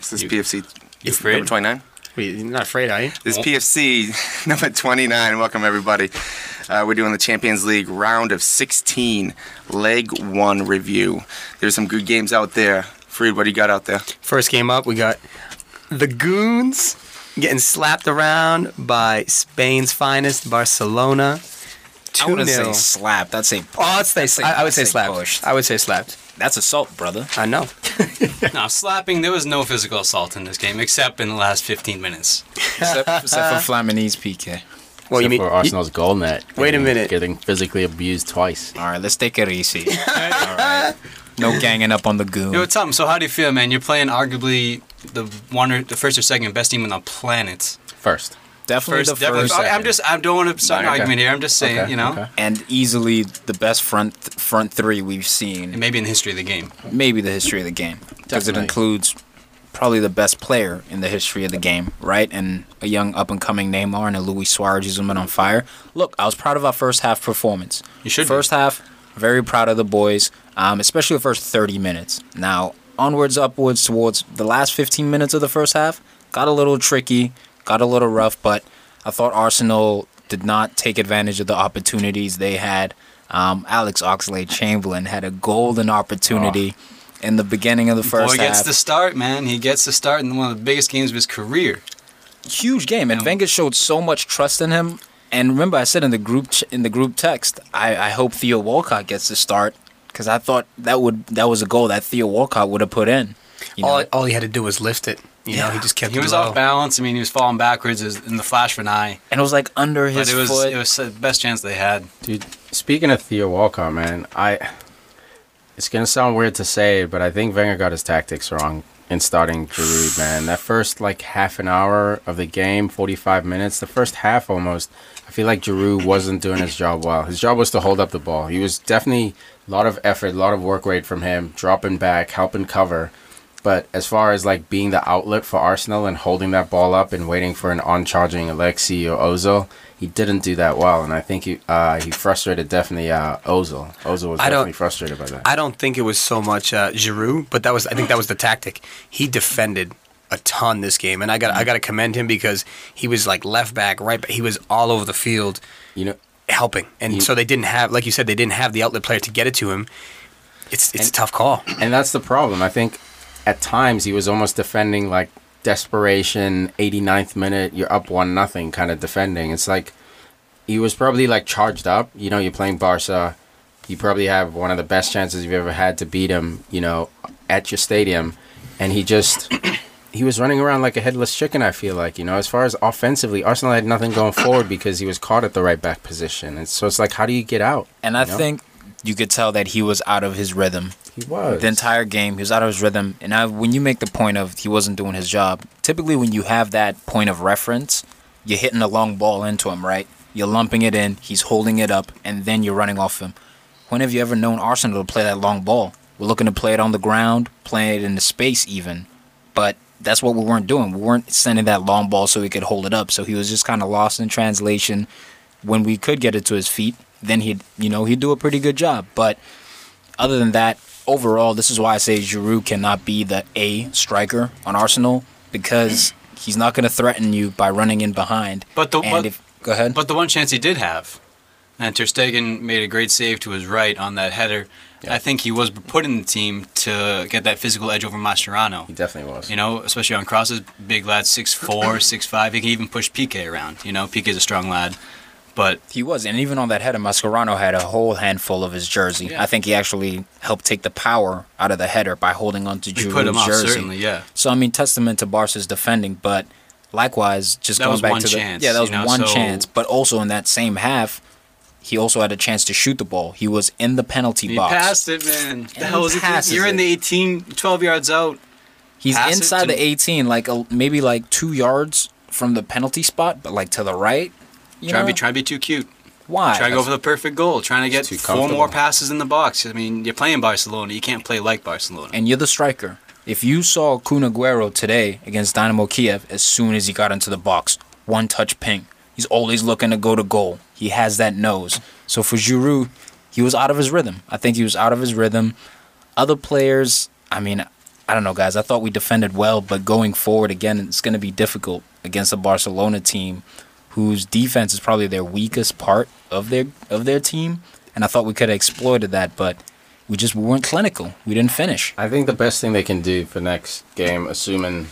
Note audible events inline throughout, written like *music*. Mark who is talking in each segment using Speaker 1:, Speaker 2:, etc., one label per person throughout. Speaker 1: Is this PFC
Speaker 2: You
Speaker 1: number
Speaker 2: afraid? Oh.
Speaker 1: 29?
Speaker 3: Wait, you're not afraid, are you?
Speaker 1: This is PFC *laughs* number 29. Welcome, everybody. Uh, we're doing the Champions League round of 16, leg one review. There's some good games out there. Freed, what do you got out there?
Speaker 3: First game up, we got the Goons getting slapped around by Spain's finest, Barcelona.
Speaker 2: I
Speaker 3: 2
Speaker 2: wouldn't say
Speaker 3: 0.
Speaker 2: slap. That's a
Speaker 3: Oh, I'd say,
Speaker 2: say-
Speaker 3: I, I would
Speaker 2: I'd
Speaker 3: say
Speaker 2: say
Speaker 3: slapped.
Speaker 2: pushed.
Speaker 3: I would say slapped.
Speaker 2: that's assault, brother.
Speaker 3: I know.
Speaker 4: Now, slapping, there was no physical assault in this game, except in the last 15 minutes.
Speaker 2: except, except for Flamini's PK.
Speaker 3: Well, you
Speaker 5: Except
Speaker 3: mean
Speaker 5: for Arsenal's goal net.
Speaker 3: Wait a
Speaker 5: getting-
Speaker 3: minute.
Speaker 5: Getting physically abused twice.
Speaker 2: All right, let's take it easy. All right. No ganging up on the goon.
Speaker 4: Yo, Tom, so how do you feel, man? You're playing arguably the one or the first or second best team on the planet.
Speaker 5: First.
Speaker 2: definitely the
Speaker 4: definitely-
Speaker 2: first.
Speaker 4: I- I'm
Speaker 2: second.
Speaker 4: just, I don't want to start an
Speaker 5: Right, okay.
Speaker 4: argument here. I'm just saying,
Speaker 5: Okay,
Speaker 4: you know,
Speaker 5: okay.
Speaker 2: and easily the best front front three we've seen,
Speaker 4: maybe in the history of the game.
Speaker 2: maybe the history of the game, because it
Speaker 5: Definitely.
Speaker 2: includes probably the best player in the history of the game, right? And a young up and coming Neymar and a Luis Suarez who's been on fire. Look, I was proud of our first half performance.
Speaker 4: You should be.
Speaker 2: first half, very proud of the boys, um, especially the first thirty minutes. Now onwards, upwards towards the last fifteen minutes of the first half got a little tricky, got a little rough, but I thought Arsenal did not take advantage of the opportunities they had. Um, Alex Oxlade Chamberlain had a golden opportunity in the beginning of the first
Speaker 4: Boy gets
Speaker 2: half.
Speaker 4: Ah. the start, man. He gets the start in one of the biggest games of his career.
Speaker 2: huge game, and Wenger showed so much trust in him. And remember, I said in the group ch- in the group text, I, I hope Theo Walcott gets the start because I thought that would that was a goal that Theo Walcott would have put in. You know?
Speaker 3: all, all he had to do was lift it. You know, he just kept
Speaker 4: He
Speaker 3: it
Speaker 4: was
Speaker 3: low.
Speaker 4: off balance. I mean, he was falling backwards as- in the flash of an eye.
Speaker 2: and it was like under
Speaker 4: But
Speaker 2: his
Speaker 4: it was,
Speaker 2: foot.
Speaker 4: it was the best chance they had.
Speaker 5: Dude, speaking of Theo Walcott, man, I it's gonna sound weird to say it, but I think Wenger got his tactics wrong in starting Giroud, man. That first like half an hour of the game, forty five minutes, the first half almost, I feel like Giroud wasn't doing his job well. His job was to hold up the ball. He was definitely a lot of effort, a lot of work rate from him, dropping back, helping cover. But as far as like being the outlet for Arsenal and holding that ball up and waiting for an on-charging Alexi or Ozil, he didn't do that well, and I think he uh, he frustrated definitely uh, Ozil. Ozil was
Speaker 3: I don't-
Speaker 5: definitely frustrated by that.
Speaker 3: I don't think it was so much uh, Giroud, but that was I think that was the tactic. He defended a ton this game, and I got I got to commend him because he was like left back, right, but he was all over the field
Speaker 5: you know,
Speaker 3: helping, and so they didn't have, like you said, they didn't have the outlet player to get it to him. It's it's a tough call.
Speaker 5: and that's the problem. I think at times he was almost defending like desperation, 89th minute, you're up one nothing kind of defending. It's like he was probably like charged up. You know, you're playing Barca. You probably have one of the best chances you've ever had to beat him. You know, at your stadium, and he just he was running around like a headless chicken. I feel like you know, as far as offensively, Arsenal had nothing going forward because he was caught at the right back position. And so it's like, how do you get out?
Speaker 2: and I
Speaker 5: you know?
Speaker 2: think you could tell that he was out of his rhythm.
Speaker 5: he was
Speaker 2: the entire game. He was out of his rhythm. And I, when you make the point of he wasn't doing his job, typically when you have that point of reference, you're hitting a long ball into him, right? You're lumping it in, he's holding it up, and then you're running off him. When have you ever known Arsenal to play that long ball? We're looking to play it on the ground, playing it in the space even. But that's what we weren't doing. We weren't sending that long ball so he could hold it up. So he was just kind of lost in translation. When we could get it to his feet, then he'd, you know, he'd do a pretty good job. But other than that, overall, this is why I say Giroud cannot be the A striker on Arsenal because he's not going to threaten you by running in behind.
Speaker 4: But the-
Speaker 2: and
Speaker 4: but-
Speaker 2: if, go ahead.
Speaker 4: But the one chance he did have, and Ter Stegen made a great save to his right on that header. I think he was put in the team to get that physical edge over Mascherano.
Speaker 5: he definitely was.
Speaker 4: You know, especially on crosses, big lad,
Speaker 2: *clears throat*
Speaker 4: 6'4", 6'5". He can even push PK around. You know, PK's a strong lad. But
Speaker 2: he was, and even on that header, Mascherano had a whole handful of his jersey. I think he actually helped take the power out of the header by holding on to
Speaker 4: you put him
Speaker 2: Giroud's
Speaker 4: off,
Speaker 2: jersey.
Speaker 4: certainly, yeah.
Speaker 2: So I mean, testament to Barca's defending, but likewise, just
Speaker 4: That
Speaker 2: going
Speaker 4: was
Speaker 2: back
Speaker 4: one
Speaker 2: to the
Speaker 4: chance,
Speaker 2: yeah, that
Speaker 4: you
Speaker 2: was
Speaker 4: know,
Speaker 2: one
Speaker 4: so-
Speaker 2: chance. But also in that same half, he also had a chance to shoot the ball. He was in the penalty
Speaker 4: He
Speaker 2: box.
Speaker 4: passed it, man. The hell was it?
Speaker 2: passes
Speaker 4: You're in
Speaker 2: it.
Speaker 4: the 18, 12 yards out.
Speaker 2: He's
Speaker 4: pass it
Speaker 2: inside
Speaker 4: to-
Speaker 2: the 18, like a, maybe like two yards from the penalty spot, but like to the right. You
Speaker 4: Trying
Speaker 2: know
Speaker 4: to be, try to be too cute.
Speaker 2: why?
Speaker 4: Trying to go for the perfect goal. Trying to get
Speaker 5: too
Speaker 4: four more
Speaker 5: comfortable.
Speaker 4: passes in the box. I mean, you're playing Barcelona. You can't play like Barcelona.
Speaker 2: and you're the striker. If you saw Kun Aguero today against Dynamo Kiev, as soon as he got into the box, one touch ping. He's always looking to go to goal. He has that nose. So for Giroud, he was out of his rhythm. I think he was out of his rhythm. Other players, I mean, I don't know, guys. I thought we defended well, but going forward again, it's going to be difficult against a Barcelona team whose defense is probably their weakest part of their of their team. And I thought we could have exploited that, but we just weren't clinical. We didn't finish.
Speaker 5: I think the best thing they can do for next game, assuming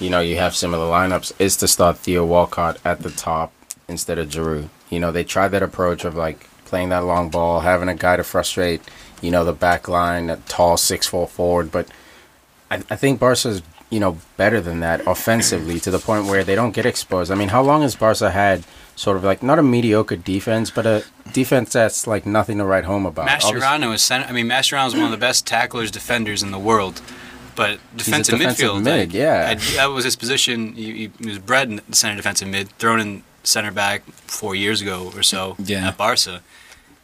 Speaker 5: you know you have similar lineups, is to start Theo Walcott at the top instead of Giroud. You know they tried that approach of like playing that long ball, having a guy to frustrate. You know the back line, a tall six four forward, but I, I think Barca's you know better than that offensively to the point where they don't get exposed. I mean, how long has Barca had sort of like not a mediocre defense, but a defense that's like nothing to write home about? Obviously-
Speaker 4: Mascherano is center. I mean, Mascherano is one of the best tacklers, defenders in the world. But defensive,
Speaker 5: defensive
Speaker 4: midfield,
Speaker 5: mid,
Speaker 4: like,
Speaker 5: yeah.
Speaker 4: I- that was his position. He, he was bred in the center defensive mid, thrown in center back four years ago or so
Speaker 2: Yeah.
Speaker 4: at Barca.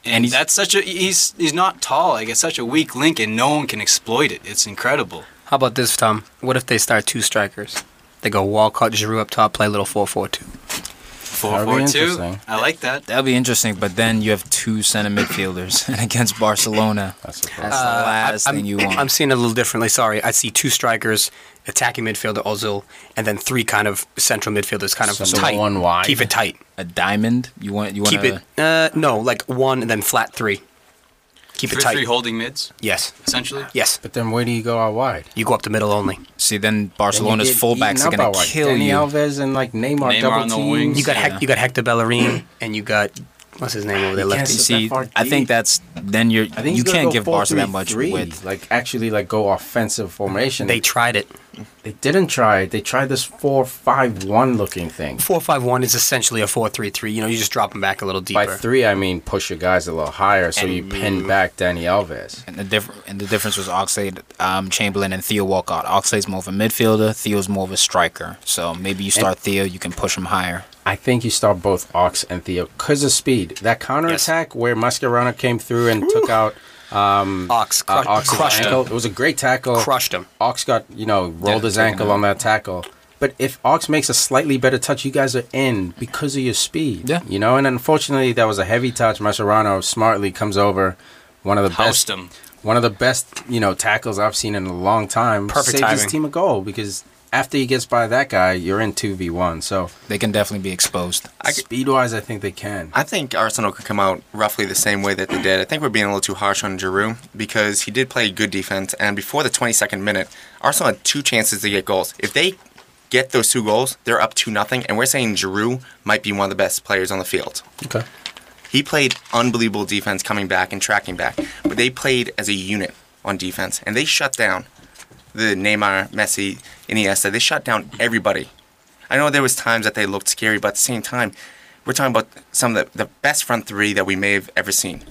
Speaker 4: And,
Speaker 2: And he's-
Speaker 4: that's such a he's he's not tall. Like it's such a weak link, and no one can exploit it. It's incredible.
Speaker 3: How about this, Tom? What if they start two strikers? They go Walcott, Giroud up top, play a little 4-4-2.
Speaker 4: Four
Speaker 5: That'd be
Speaker 4: four two.
Speaker 5: interesting.
Speaker 4: I like that.
Speaker 2: That'd be interesting, but then you have two center midfielders, *laughs* and against Barcelona,
Speaker 5: That's the
Speaker 2: that's the last
Speaker 3: I'm,
Speaker 2: thing you want.
Speaker 3: I'm seeing it a little differently. Sorry, I see two strikers, attacking midfielder Ozil, and then three kind of central midfielders, kind of
Speaker 5: So
Speaker 3: tight.
Speaker 5: one wide.
Speaker 3: Keep it tight.
Speaker 2: a diamond? You want? You want
Speaker 3: Keep
Speaker 2: to?
Speaker 3: it. Uh, no, like one and then flat three. Keep
Speaker 4: Three,
Speaker 3: it tight.
Speaker 4: three holding mids
Speaker 3: Yes,
Speaker 4: essentially.
Speaker 3: yes.
Speaker 5: But then where do you go out wide?
Speaker 3: You go up the middle only.
Speaker 2: See, then
Speaker 5: Then
Speaker 2: Barcelona's
Speaker 5: you get
Speaker 2: fullbacks
Speaker 5: eaten
Speaker 2: are
Speaker 5: up
Speaker 2: gonna
Speaker 5: out wide.
Speaker 2: kill
Speaker 5: Dani
Speaker 2: you.
Speaker 5: Alves and like Neymar,
Speaker 4: Neymar
Speaker 5: double
Speaker 4: on the
Speaker 5: teams.
Speaker 4: wings.
Speaker 3: You got
Speaker 2: Yeah.
Speaker 3: Hec- you got Hector Bellerin, and you got what's his name over there?
Speaker 5: can't
Speaker 3: Left.
Speaker 5: sit
Speaker 2: See,
Speaker 5: that far
Speaker 2: I think
Speaker 5: deep.
Speaker 2: that's then you're
Speaker 5: I think
Speaker 2: you
Speaker 5: he's gonna
Speaker 2: can't
Speaker 5: go
Speaker 2: give Barca that much
Speaker 5: 4-3-3,
Speaker 2: width.
Speaker 5: Like actually, like go offensive formation.
Speaker 3: They
Speaker 5: They
Speaker 3: tried it.
Speaker 5: they didn't try. it. They tried this four-five-one looking thing.
Speaker 3: Four five one is essentially a four three three. You know, you just drop them back a little deeper.
Speaker 5: By three, I mean push your guys a little higher so
Speaker 2: And
Speaker 5: you pin back Danny Alves.
Speaker 2: And the difference and the difference was Oxlade, um, Chamberlain, and Theo Walcott. Oxlade's more of a midfielder. Theo's more of a striker. So maybe you start Theo, you can push him higher.
Speaker 5: I think you start both Ox and Theo because of speed. That counterattack where Mascherano came through and took out
Speaker 3: Ox,
Speaker 5: uh,
Speaker 3: cru-
Speaker 5: Ox's
Speaker 3: crushed
Speaker 5: ankle.
Speaker 3: him.
Speaker 5: It was a great tackle.
Speaker 3: Crushed him.
Speaker 5: Ox got you know rolled
Speaker 4: Yeah,
Speaker 5: his
Speaker 4: taken
Speaker 5: ankle
Speaker 4: out.
Speaker 5: on that tackle. But if Ox makes a slightly better touch, you guys are in because of your speed.
Speaker 2: Yeah.
Speaker 5: You know, and unfortunately that was a heavy touch. Mascherano smartly comes over. One of the
Speaker 4: Housed
Speaker 5: best,
Speaker 4: him.
Speaker 5: one of the best, you know, tackles I've seen in a long time.
Speaker 3: Perfect
Speaker 5: Saved his
Speaker 3: timing.
Speaker 5: team a goal because after he gets by that guy, you're in two v one. So
Speaker 2: They can definitely be exposed.
Speaker 5: speed wise, I think they can.
Speaker 1: I think Arsenal could come out roughly the same way that they did. I think we're being a little too harsh on Giroud because he did play good defense, and before the 22nd minute, Arsenal had two chances to get goals. If they get those two goals, they're up two nothing, and we're saying Giroud might be one of the best players on the field.
Speaker 5: Okay.
Speaker 1: He played unbelievable defense coming back and tracking back, but they played as a unit on defense, and they shut down the Neymar, Messi, Iniesta. They shut down everybody. I know there was times that they looked scary, but at the same time, we're talking about some of the, the best front three that we may have ever seen.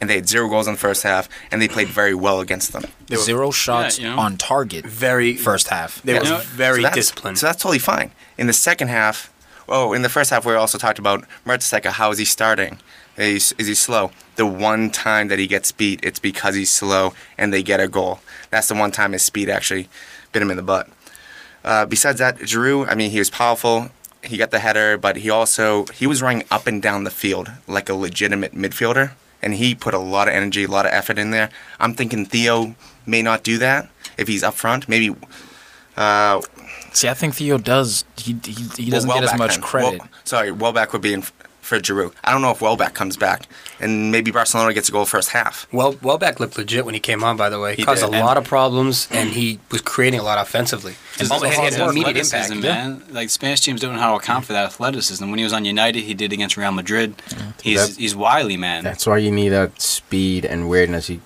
Speaker 1: And they had zero goals in the first half, and they played very well against them.
Speaker 4: were-
Speaker 2: Zero shots
Speaker 4: you know.
Speaker 2: on target.
Speaker 3: Very
Speaker 2: first half.
Speaker 3: They were
Speaker 4: Yeah.
Speaker 1: So
Speaker 3: very
Speaker 1: that's-
Speaker 3: disciplined.
Speaker 1: So that's totally fine. In the second half, oh, in the first half, we also talked about Mertesacker. How is he starting? Is, is he slow? The one time that he gets beat, it's because he's slow and they get a goal. That's the one time his speed actually bit him in the butt. Uh, besides that, Giroud, I mean, he was powerful. He got the header, but he also he was running up and down the field like a legitimate midfielder, and he put a lot of energy, a lot of effort in there. I'm thinking Theo may not do that if he's up front. Maybe uh,
Speaker 2: See, I think Theo does. He he, he doesn't
Speaker 1: well,
Speaker 2: get as
Speaker 1: Welbeck
Speaker 2: much
Speaker 1: then.
Speaker 2: credit.
Speaker 1: Well, sorry, Welbeck would be in f- for Giroud. I don't know if Welbeck comes back, and maybe Barcelona gets a goal first half.
Speaker 3: Well, Welbeck looked legit when he came on. By the way, he caused
Speaker 1: did.
Speaker 3: a lot of problems, and he was creating a lot offensively. And
Speaker 4: Just
Speaker 3: also
Speaker 4: his
Speaker 3: had an immediate
Speaker 4: athleticism,
Speaker 3: impact.
Speaker 4: man. Like Spanish teams don't know how to account for that athleticism. When he was on United, he did against Real Madrid. He's
Speaker 5: That-
Speaker 4: he's wily, man.
Speaker 5: That's why you need that speed and weirdness. You,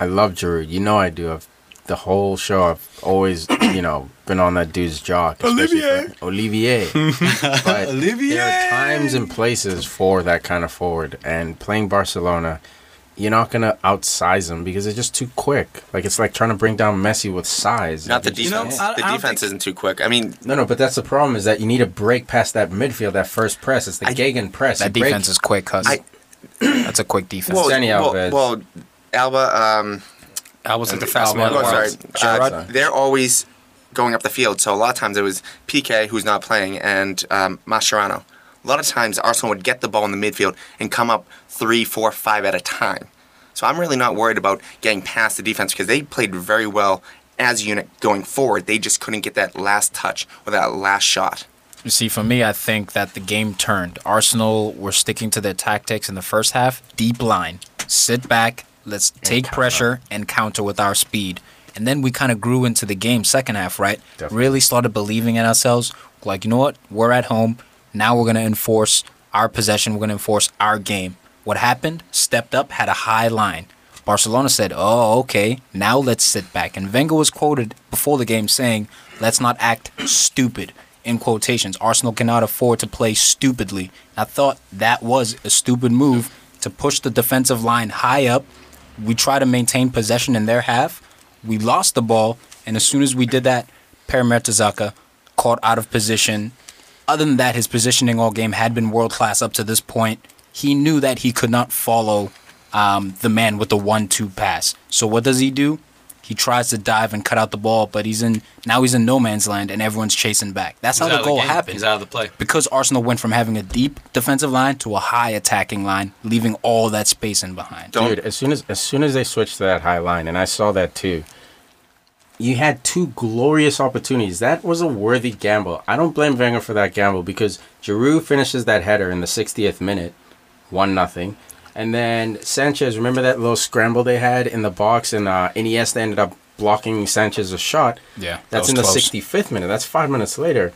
Speaker 5: I love Giroud. You know I do. I've, the whole show, I've always, *coughs* you know, been on that dude's jock. especially for- Olivier. *laughs* but Olivier. There are times and places for that kind of forward. And playing Barcelona, you're not going to outsize them because they're just too quick. Like, it's like trying to bring down Messi with size.
Speaker 1: Not the
Speaker 5: Like, you just
Speaker 1: defense.
Speaker 5: can't.
Speaker 4: I- I
Speaker 1: the
Speaker 4: don't
Speaker 1: defense
Speaker 4: think-
Speaker 1: isn't too quick. I mean,
Speaker 5: No, no, but that's the problem is that you need to break past that midfield, that first press. It's the
Speaker 1: I-
Speaker 5: Gagan press.
Speaker 2: That
Speaker 5: You break-
Speaker 2: defense is quick, cuz
Speaker 1: I-
Speaker 2: that's a quick defense.
Speaker 1: well,
Speaker 5: Dani Alves.
Speaker 1: well, well, Alba. Um,
Speaker 3: I was like the fastest
Speaker 5: Alba-
Speaker 3: man in the
Speaker 1: oh,
Speaker 5: Alba-
Speaker 3: world.
Speaker 1: sorry,
Speaker 5: Gerrard.
Speaker 1: uh, they're always going up the field. So a lot of times it was PK who's not playing and um, Mascherano. A lot of times Arsenal would get the ball in the midfield and come up three, four, five at a time. So I'm really not worried about getting past the defense because they played very well as a unit going forward. They just couldn't get that last touch or that last shot.
Speaker 2: You see, for me, I think that the game turned. Arsenal were sticking to their tactics in the first half. Deep line, sit back, let's take pressure and counter with our speed. And then we kind of grew into the game second half, right?
Speaker 5: Definitely.
Speaker 2: Really started believing in ourselves. Like, you know what? We're at home. Now we're going to enforce our possession. We're going to enforce our game. What happened? Stepped up, had a high line. Barcelona said, oh, okay, now let's sit back. And Wenger was quoted before the game saying, let's not act stupid, in quotations. Arsenal cannot afford to play stupidly. I thought that was a stupid move to push the defensive line high up. We try to maintain possession in their half. We lost the ball, and as soon as we did that, Per Mertesacker caught out of position. Other than that, his positioning all game had been world class up to this point. He knew that he could not follow um, the man with the one-two pass. So what does he do? He tries to dive and cut out the ball, but he's in now he's in no man's land, and everyone's chasing back. That's how
Speaker 4: out
Speaker 2: the
Speaker 4: of
Speaker 2: goal
Speaker 4: game.
Speaker 2: happened
Speaker 4: He's out of the play.
Speaker 2: because Arsenal went from having a deep defensive line to a high attacking line, leaving all that space in behind.
Speaker 1: Don't-
Speaker 5: Dude, as soon as as soon as they switched to that high line, and I saw that too. You had two glorious opportunities. That was a worthy gamble. I don't blame Wenger for that gamble because Giroud finishes that header in the 60th minute, one nothing, and then Sanchez. Remember that little scramble they had in the box, and uh, Iniesta ended up blocking Sanchez's shot.
Speaker 2: Yeah, that
Speaker 5: that's
Speaker 2: was
Speaker 5: in the
Speaker 2: close.
Speaker 5: 65th minute. That's five minutes later.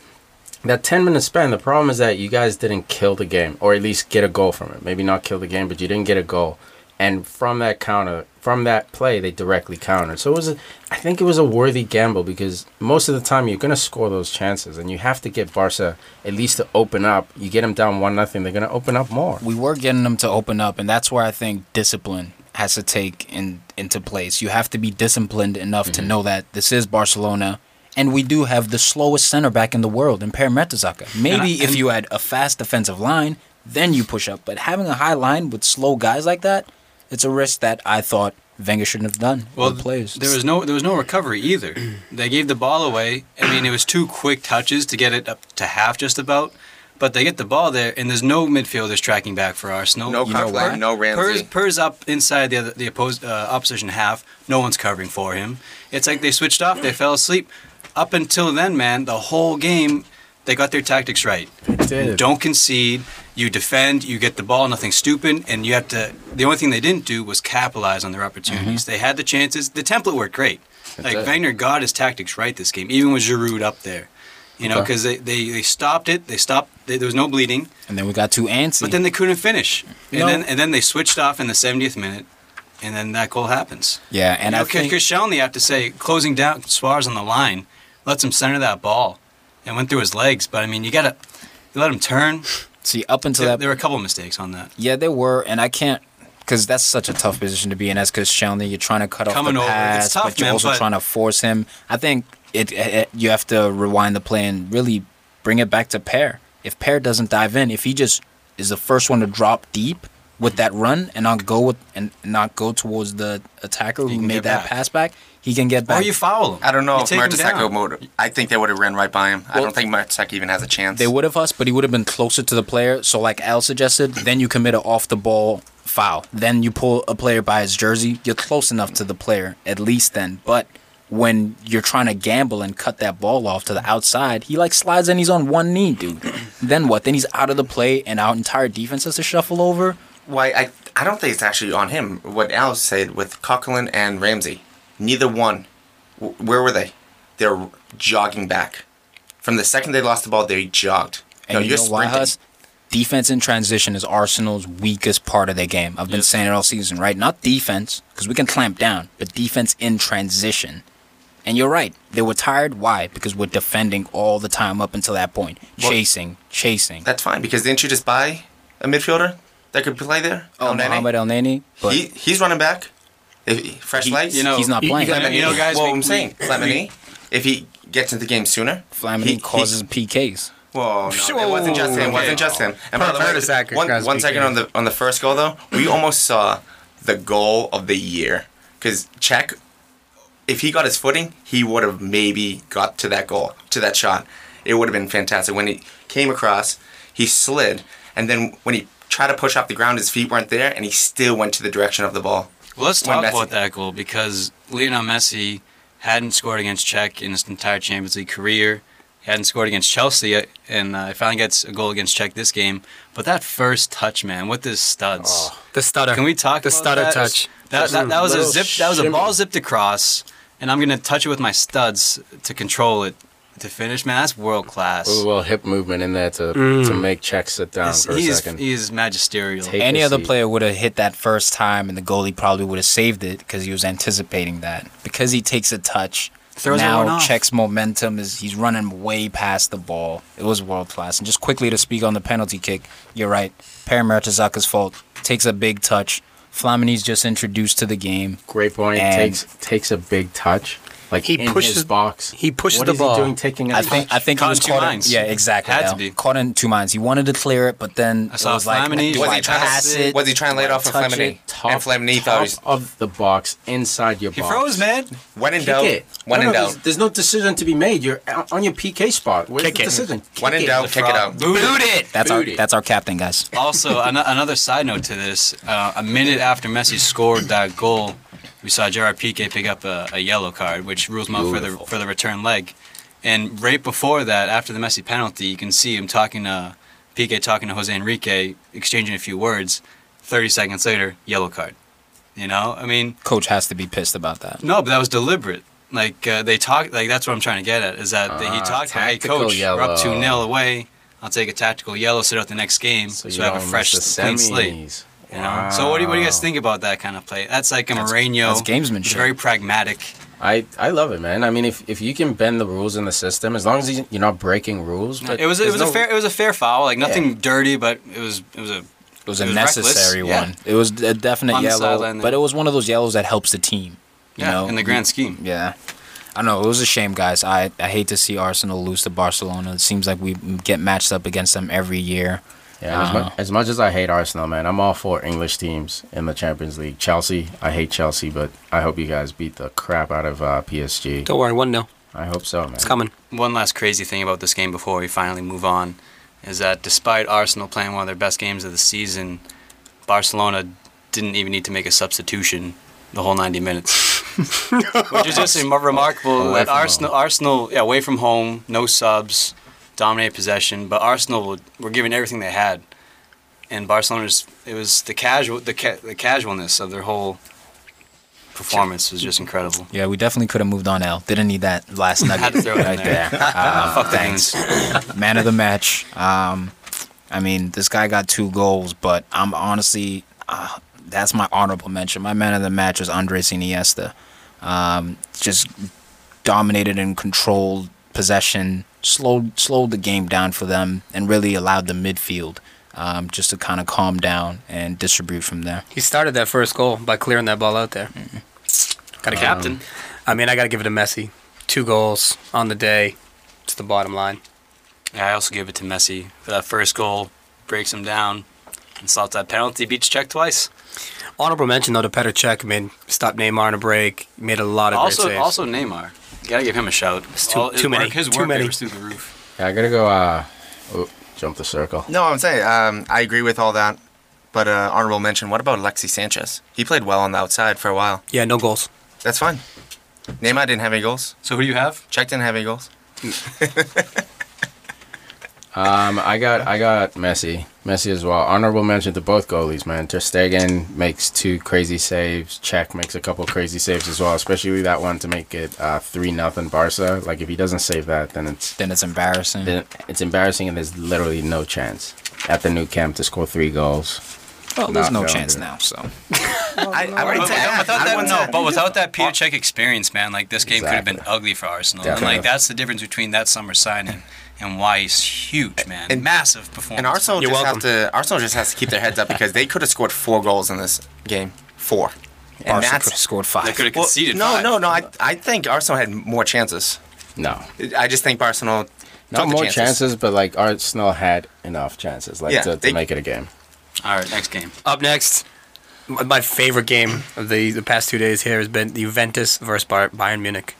Speaker 5: That 10 minute span, the problem is that you guys didn't kill the game, or at least get a goal from it. Maybe not kill the game, but you didn't get a goal. And from that counter, from that play, they directly countered. So it was, a, I think it was a worthy gamble because most of the time you're going to score those chances, and you have to get Barca at least to open up. You get them down one nothing, they're going to open up more.
Speaker 2: We were getting them to open up, and that's where I think discipline has to take in, into place. You have to be disciplined enough
Speaker 4: Mm-hmm.
Speaker 2: to know that this is Barcelona, and we do have the slowest center back in the world in Per Mertesacker. Maybe if you had a fast defensive line, then you push up. But having a high line with slow guys like that, it's a risk that I thought Wenger shouldn't have done.
Speaker 4: Well,
Speaker 2: Well, plays.
Speaker 4: there was no there was no recovery either. they gave the ball away. I mean, it was two quick touches to get it up to half just about. But they get the ball there, and there's no midfielders tracking back for Arsenal.
Speaker 1: No
Speaker 4: know
Speaker 1: Coquelin,
Speaker 4: why?
Speaker 1: no Ramsey.
Speaker 4: Per's, Per's up inside the other, the oppos- uh, opposition half. No one's covering for him. It's like they switched off. They fell asleep. Up until then, man, the whole game, they got their tactics right.
Speaker 5: did.
Speaker 4: Don't concede. You defend. You get the ball. Nothing stupid. And you have to. The only thing they didn't do was capitalize on their opportunities. They had the chances. The template worked great. Like
Speaker 5: Mm-hmm. did.
Speaker 4: Wenger got his tactics right this game, even with Giroud up there. You know,
Speaker 5: Okay.
Speaker 4: because they, they, they stopped it. They stopped. They, there was no bleeding,
Speaker 2: and then we got too antsy.
Speaker 4: but then they couldn't finish. And
Speaker 2: Hmm. No.
Speaker 4: then and then they switched off in the 70th minute, and then that goal happens.
Speaker 2: Yeah, and
Speaker 4: you
Speaker 2: I
Speaker 4: know, 'cause-
Speaker 2: think
Speaker 4: 'cause Shelny, I have to say, closing down Suarez on the line, lets him center that ball, and went through his legs. But I mean, you gotta you let him turn.
Speaker 2: see up until
Speaker 4: There,
Speaker 2: that
Speaker 4: there were a couple of mistakes on that.
Speaker 2: Yeah, there were, and I can't because that's such a tough position to be in. As Cristiano, you're trying to cut
Speaker 4: Coming
Speaker 2: off
Speaker 4: over,
Speaker 2: the
Speaker 4: it's
Speaker 2: pass,
Speaker 4: tough,
Speaker 2: but you're
Speaker 4: man,
Speaker 2: also
Speaker 4: but-
Speaker 2: trying to force him. I think it, it you have to rewind the play and really bring it back to Pear. If Pear doesn't dive in, if he just is the first one to drop deep with that run and not go with and not go towards the attacker who
Speaker 4: can
Speaker 2: made
Speaker 4: get
Speaker 2: that
Speaker 4: back.
Speaker 2: pass back, he can get
Speaker 4: Or
Speaker 2: back.
Speaker 4: you foul him.
Speaker 1: I don't know
Speaker 4: You
Speaker 1: if
Speaker 4: take him down.
Speaker 1: Mertesacker would. I think they would have ran right by him. I don't think Mertesacker even has a chance.
Speaker 2: They would have us, but he would have been closer to the player. So, like Al suggested, then you commit an off the ball foul. Then you pull a player by his jersey. You're close enough to the player, at least then. But when you're trying to gamble and cut that ball off to the outside, he like slides and he's on one knee, dude. *clears throat* then what? Then he's out of the play, and our entire defense has to shuffle over.
Speaker 1: Why I I don't think it's actually on him. What Al said with Coquelin and Ramsey, neither one. W- where were they? They're jogging back. From the second they lost the ball, they jogged.
Speaker 2: And
Speaker 1: no,
Speaker 2: you
Speaker 1: you're
Speaker 2: know why,
Speaker 1: sprinting.
Speaker 2: Huss? Defense in transition is Arsenal's weakest part of their game. I've been saying it all season, right? Not defense, because we can clamp down, but defense in transition. And you're right. They were tired. Why? Because we're defending all the time up until that point.
Speaker 1: Well-
Speaker 2: Chasing, chasing.
Speaker 1: That's fine because didn't you just buy a midfielder that could play there?
Speaker 2: Oh,
Speaker 1: El Nene?
Speaker 2: Mohamed El Neni. But
Speaker 1: he he's running back. If he- fresh legs.
Speaker 4: you know,
Speaker 2: he's not
Speaker 3: you- you
Speaker 2: playing.
Speaker 3: gotta
Speaker 4: You know, guys,
Speaker 1: Well,
Speaker 4: we-
Speaker 1: I'm
Speaker 4: we-
Speaker 1: saying Flamini. If he gets into the game sooner,
Speaker 2: Flamini
Speaker 1: he- he-
Speaker 2: causes PKs.
Speaker 1: Whoa, no, it wasn't just him. It wasn't just him. And by the
Speaker 3: Per- Mertesacker
Speaker 1: way, one,
Speaker 3: Crosby
Speaker 1: one second
Speaker 3: game.
Speaker 1: on the on the first goal though,
Speaker 5: *clears throat*
Speaker 1: we almost saw the goal of the year because Czech, if he got his footing, he would have maybe got to that goal, to that shot. It would have been fantastic when he came across. He slid, and then when he tried to push off the ground, his feet weren't there, and he still went to the direction of the ball.
Speaker 4: Well, let's
Speaker 1: when
Speaker 4: talk
Speaker 1: Messi-
Speaker 4: about that goal because Lionel Messi hadn't scored against Czech in his entire Champions League career. He hadn't scored against Chelsea, yet, and uh, he finally gets a goal against Czech this game. But that first touch, man, with his studs.
Speaker 3: The
Speaker 5: Oh.
Speaker 3: stutter.
Speaker 4: Can we talk
Speaker 3: the
Speaker 4: about
Speaker 3: stutter
Speaker 4: that?
Speaker 3: touch?
Speaker 4: That, that, that was a
Speaker 5: Little
Speaker 4: zip. That was a ball
Speaker 5: shimmy.
Speaker 4: zipped across, and I'm gonna touch it with my studs to control it to finish. Man, that's world class.
Speaker 5: Ooh, well, hip movement in there to to make Czech sit down
Speaker 4: It's-
Speaker 5: for a
Speaker 4: he is
Speaker 5: second.
Speaker 4: he is magisterial.
Speaker 5: Take-
Speaker 2: Any
Speaker 5: a
Speaker 2: other
Speaker 5: seat.
Speaker 2: player would have hit that first time, and the goalie probably would have saved it because he was anticipating that. Because he takes a touch,
Speaker 4: Throws everyone
Speaker 2: now
Speaker 4: off.
Speaker 2: checks momentum is he's running way past the ball. It was world class. And just quickly to speak on the penalty kick, you're right. Paramertazaka's fault takes a big touch. Flamini's just introduced to the game.
Speaker 5: Great point.
Speaker 2: And-
Speaker 5: takes takes a big touch. Like
Speaker 3: He
Speaker 5: he in
Speaker 3: pushes-
Speaker 5: pushes box.
Speaker 3: he pushes
Speaker 5: What
Speaker 3: the
Speaker 5: is
Speaker 3: ball.
Speaker 5: He doing taking a
Speaker 2: I
Speaker 5: touch?
Speaker 2: think I think
Speaker 4: Caught
Speaker 2: he was
Speaker 4: in two
Speaker 2: caught
Speaker 4: minds.
Speaker 2: In, yeah, exactly.
Speaker 4: Had to
Speaker 2: Al.
Speaker 4: be.
Speaker 2: caught in two minds. He wanted to clear it, but then
Speaker 4: I
Speaker 2: it
Speaker 4: saw
Speaker 2: was like,
Speaker 4: Flamini.
Speaker 2: do
Speaker 4: Was
Speaker 2: I
Speaker 4: he trying to-
Speaker 2: pass it?
Speaker 1: was he trying to lay it
Speaker 2: Do I
Speaker 1: off on
Speaker 2: touch
Speaker 1: Flamini?
Speaker 2: it?
Speaker 5: top,
Speaker 1: and Flamini
Speaker 5: top
Speaker 1: thought he's-
Speaker 5: of the box inside your
Speaker 4: he
Speaker 5: box.
Speaker 4: froze, man.
Speaker 1: When in
Speaker 5: Kick
Speaker 1: doubt,
Speaker 5: it.
Speaker 1: when in
Speaker 5: No, no,
Speaker 1: doubt,
Speaker 5: There's, there's no decision to be made. You're out on your PK spot. Where's
Speaker 3: Kick
Speaker 5: the
Speaker 3: it.
Speaker 5: decision? Kick
Speaker 1: when in
Speaker 5: it.
Speaker 1: doubt, kick it out.
Speaker 4: Boot it.
Speaker 2: That's our
Speaker 5: Boot it.
Speaker 2: that's our captain, guys.
Speaker 4: also, an- another side note to this: uh, a minute after Messi scored that goal, we saw Gerard Piqué pick up a, a yellow card, which rules him out for the
Speaker 5: Beautiful.
Speaker 4: for the return leg. And right before that, after the Messi penalty, you can see him talking to Piqué, talking to Jose Enrique, exchanging a few words. Thirty seconds later, yellow card. You know, I mean,
Speaker 2: Coach has to be pissed about that.
Speaker 4: no, but that was deliberate. Like uh, they talked, like that's what I'm trying to get at is that they- he
Speaker 5: Ah,
Speaker 4: talked, "Hey,
Speaker 5: tactical
Speaker 4: coach, we're up two 0
Speaker 5: yellow.
Speaker 4: away. I'll take a tactical yellow, sit out the next game, so,
Speaker 5: you
Speaker 4: I have
Speaker 5: don't
Speaker 4: a
Speaker 5: miss
Speaker 4: fresh,
Speaker 5: the
Speaker 4: clean slate."
Speaker 5: semis.
Speaker 4: You know? So what do, you, what do you guys think about that kind of play? That's like a
Speaker 2: That's-
Speaker 4: Mourinho.
Speaker 2: that's gamesmanship.
Speaker 4: He's very pragmatic.
Speaker 5: I, I love it, man. I mean, if, if you can bend the rules in the system, as long as you- you're not breaking rules, but
Speaker 4: It was it
Speaker 5: there's
Speaker 4: was
Speaker 5: no-
Speaker 4: a fair it was a fair foul, like nothing dirty, but it was it was a
Speaker 2: It was a
Speaker 4: It was
Speaker 2: necessary
Speaker 4: reckless, yeah.
Speaker 2: one. It was a definite
Speaker 4: On the
Speaker 2: yellow,
Speaker 4: sideline
Speaker 2: but
Speaker 4: there.
Speaker 2: it was one of those yellows that helps the team. You
Speaker 4: yeah
Speaker 2: know,
Speaker 4: in the grand scheme.
Speaker 2: Yeah. I know it was a shame, guys. I, I hate to see Arsenal lose to Barcelona. It seems like we get matched up against them every year.
Speaker 5: Yeah, and as,
Speaker 2: Uh-huh.
Speaker 5: much, as much as I hate Arsenal, man, I'm all for English teams in the Champions League. Chelsea, I hate Chelsea, but I hope you guys beat the crap out of uh, PSG.
Speaker 3: Don't worry, one 0
Speaker 5: I hope so, man.
Speaker 3: It's coming.
Speaker 4: One last crazy thing about this game before we finally move on is that despite Arsenal playing one of their best games of the season, Barcelona didn't even need to make a substitution the whole 90 minutes. Which is just remar- remarkable
Speaker 5: Away
Speaker 4: that
Speaker 5: from
Speaker 4: Arsenal, Arsenal, yeah, away from home, no subs, dominate possession, but Arsenal were- were giving everything they had, and Barcelona's it was the casual, the, ca- the casualness of their whole performance was just incredible.
Speaker 2: Yeah, we definitely could have moved on L. Didn't need
Speaker 4: *laughs*
Speaker 2: that last nugget
Speaker 4: Had to throw it in
Speaker 2: right
Speaker 4: there.
Speaker 2: there.
Speaker 4: *laughs*
Speaker 2: Uh,
Speaker 4: Fuck the
Speaker 2: thanks.
Speaker 4: Goons.
Speaker 2: Man of the match. Um, I mean, this guy got two goals, but I'm honestly, uh, that's my honorable mention. My man of the match was Andres Iniesta. Um, just dominated and controlled possession, slowed slowed the game down for them, and really allowed the midfield um, just to kind of calm down and distribute from there.
Speaker 3: He started that first goal by clearing that ball out there. Got a
Speaker 4: Captain.
Speaker 3: I mean, I got to give it to Messi. Two goals on the day. It's the bottom line.
Speaker 4: Yeah, I also give it to Messi for that first goal, breaks him down, insults that penalty, beats check twice.
Speaker 3: Honorable mention though to Petr Cech. I mean, stopped Neymar on a break. Made a lot of
Speaker 4: Also,
Speaker 3: great saves.
Speaker 4: also Neymar. You gotta give him a shout. It's
Speaker 3: too- too many.
Speaker 4: His
Speaker 3: Too
Speaker 4: work
Speaker 3: many.
Speaker 4: rate was through the roof.
Speaker 5: Yeah, I gotta go. Uh, oh, jump the circle.
Speaker 1: No, I'm saying um, I agree with all that, but uh, honorable mention. What about Alexi Sanchez? He played well on the outside for a while.
Speaker 3: yeah, no goals.
Speaker 1: That's fine. Neymar didn't have any goals.
Speaker 4: So who do you have?
Speaker 1: Czech didn't have any goals.
Speaker 5: Um, I got I got Messi, Messi as well. Honorable mention to both goalies, man. Ter Stegen makes two crazy saves. Czech makes a couple crazy saves as well, especially that one to make it uh, three nothing Barca. Like if he doesn't save that, then it's
Speaker 2: Then it's embarrassing.
Speaker 5: then it's embarrassing, and there's literally no chance at the new camp to score three goals.
Speaker 2: well, there's
Speaker 5: not
Speaker 2: no
Speaker 5: feeling
Speaker 2: chance
Speaker 5: good.
Speaker 2: now. So
Speaker 1: I, I already said
Speaker 4: But without,
Speaker 1: that.
Speaker 4: without
Speaker 1: I
Speaker 4: that,
Speaker 1: wouldn't
Speaker 4: no,
Speaker 1: have-
Speaker 4: but without that Peter Check experience, man, like this game could have been
Speaker 5: Exactly.
Speaker 4: ugly for Arsenal. And like
Speaker 5: Definitely.
Speaker 4: that's the difference between that summer signing and why he's huge, man.
Speaker 1: And-
Speaker 4: massive performance.
Speaker 1: And Arsenal
Speaker 3: You're
Speaker 1: just
Speaker 3: welcome.
Speaker 1: have to. Arsenal just has to keep their heads up because they could have scored four goals in this game. Four. And
Speaker 2: Barca
Speaker 1: that's-
Speaker 2: could have scored five.
Speaker 4: They could have
Speaker 1: well,
Speaker 4: conceded.
Speaker 1: no,
Speaker 4: five.
Speaker 1: no, no. I, I think Arsenal had more chances.
Speaker 5: No,
Speaker 1: I just think Arsenal.
Speaker 5: not
Speaker 1: took the
Speaker 5: more chances. but like Arsenal had enough chances, like
Speaker 1: Yeah,
Speaker 5: to, to
Speaker 1: they-
Speaker 5: make it a *laughs* game.
Speaker 4: All right, next game.
Speaker 3: Up next, m- my favorite game of the, the past two days here has been Juventus versus Bar- Bayern Munich.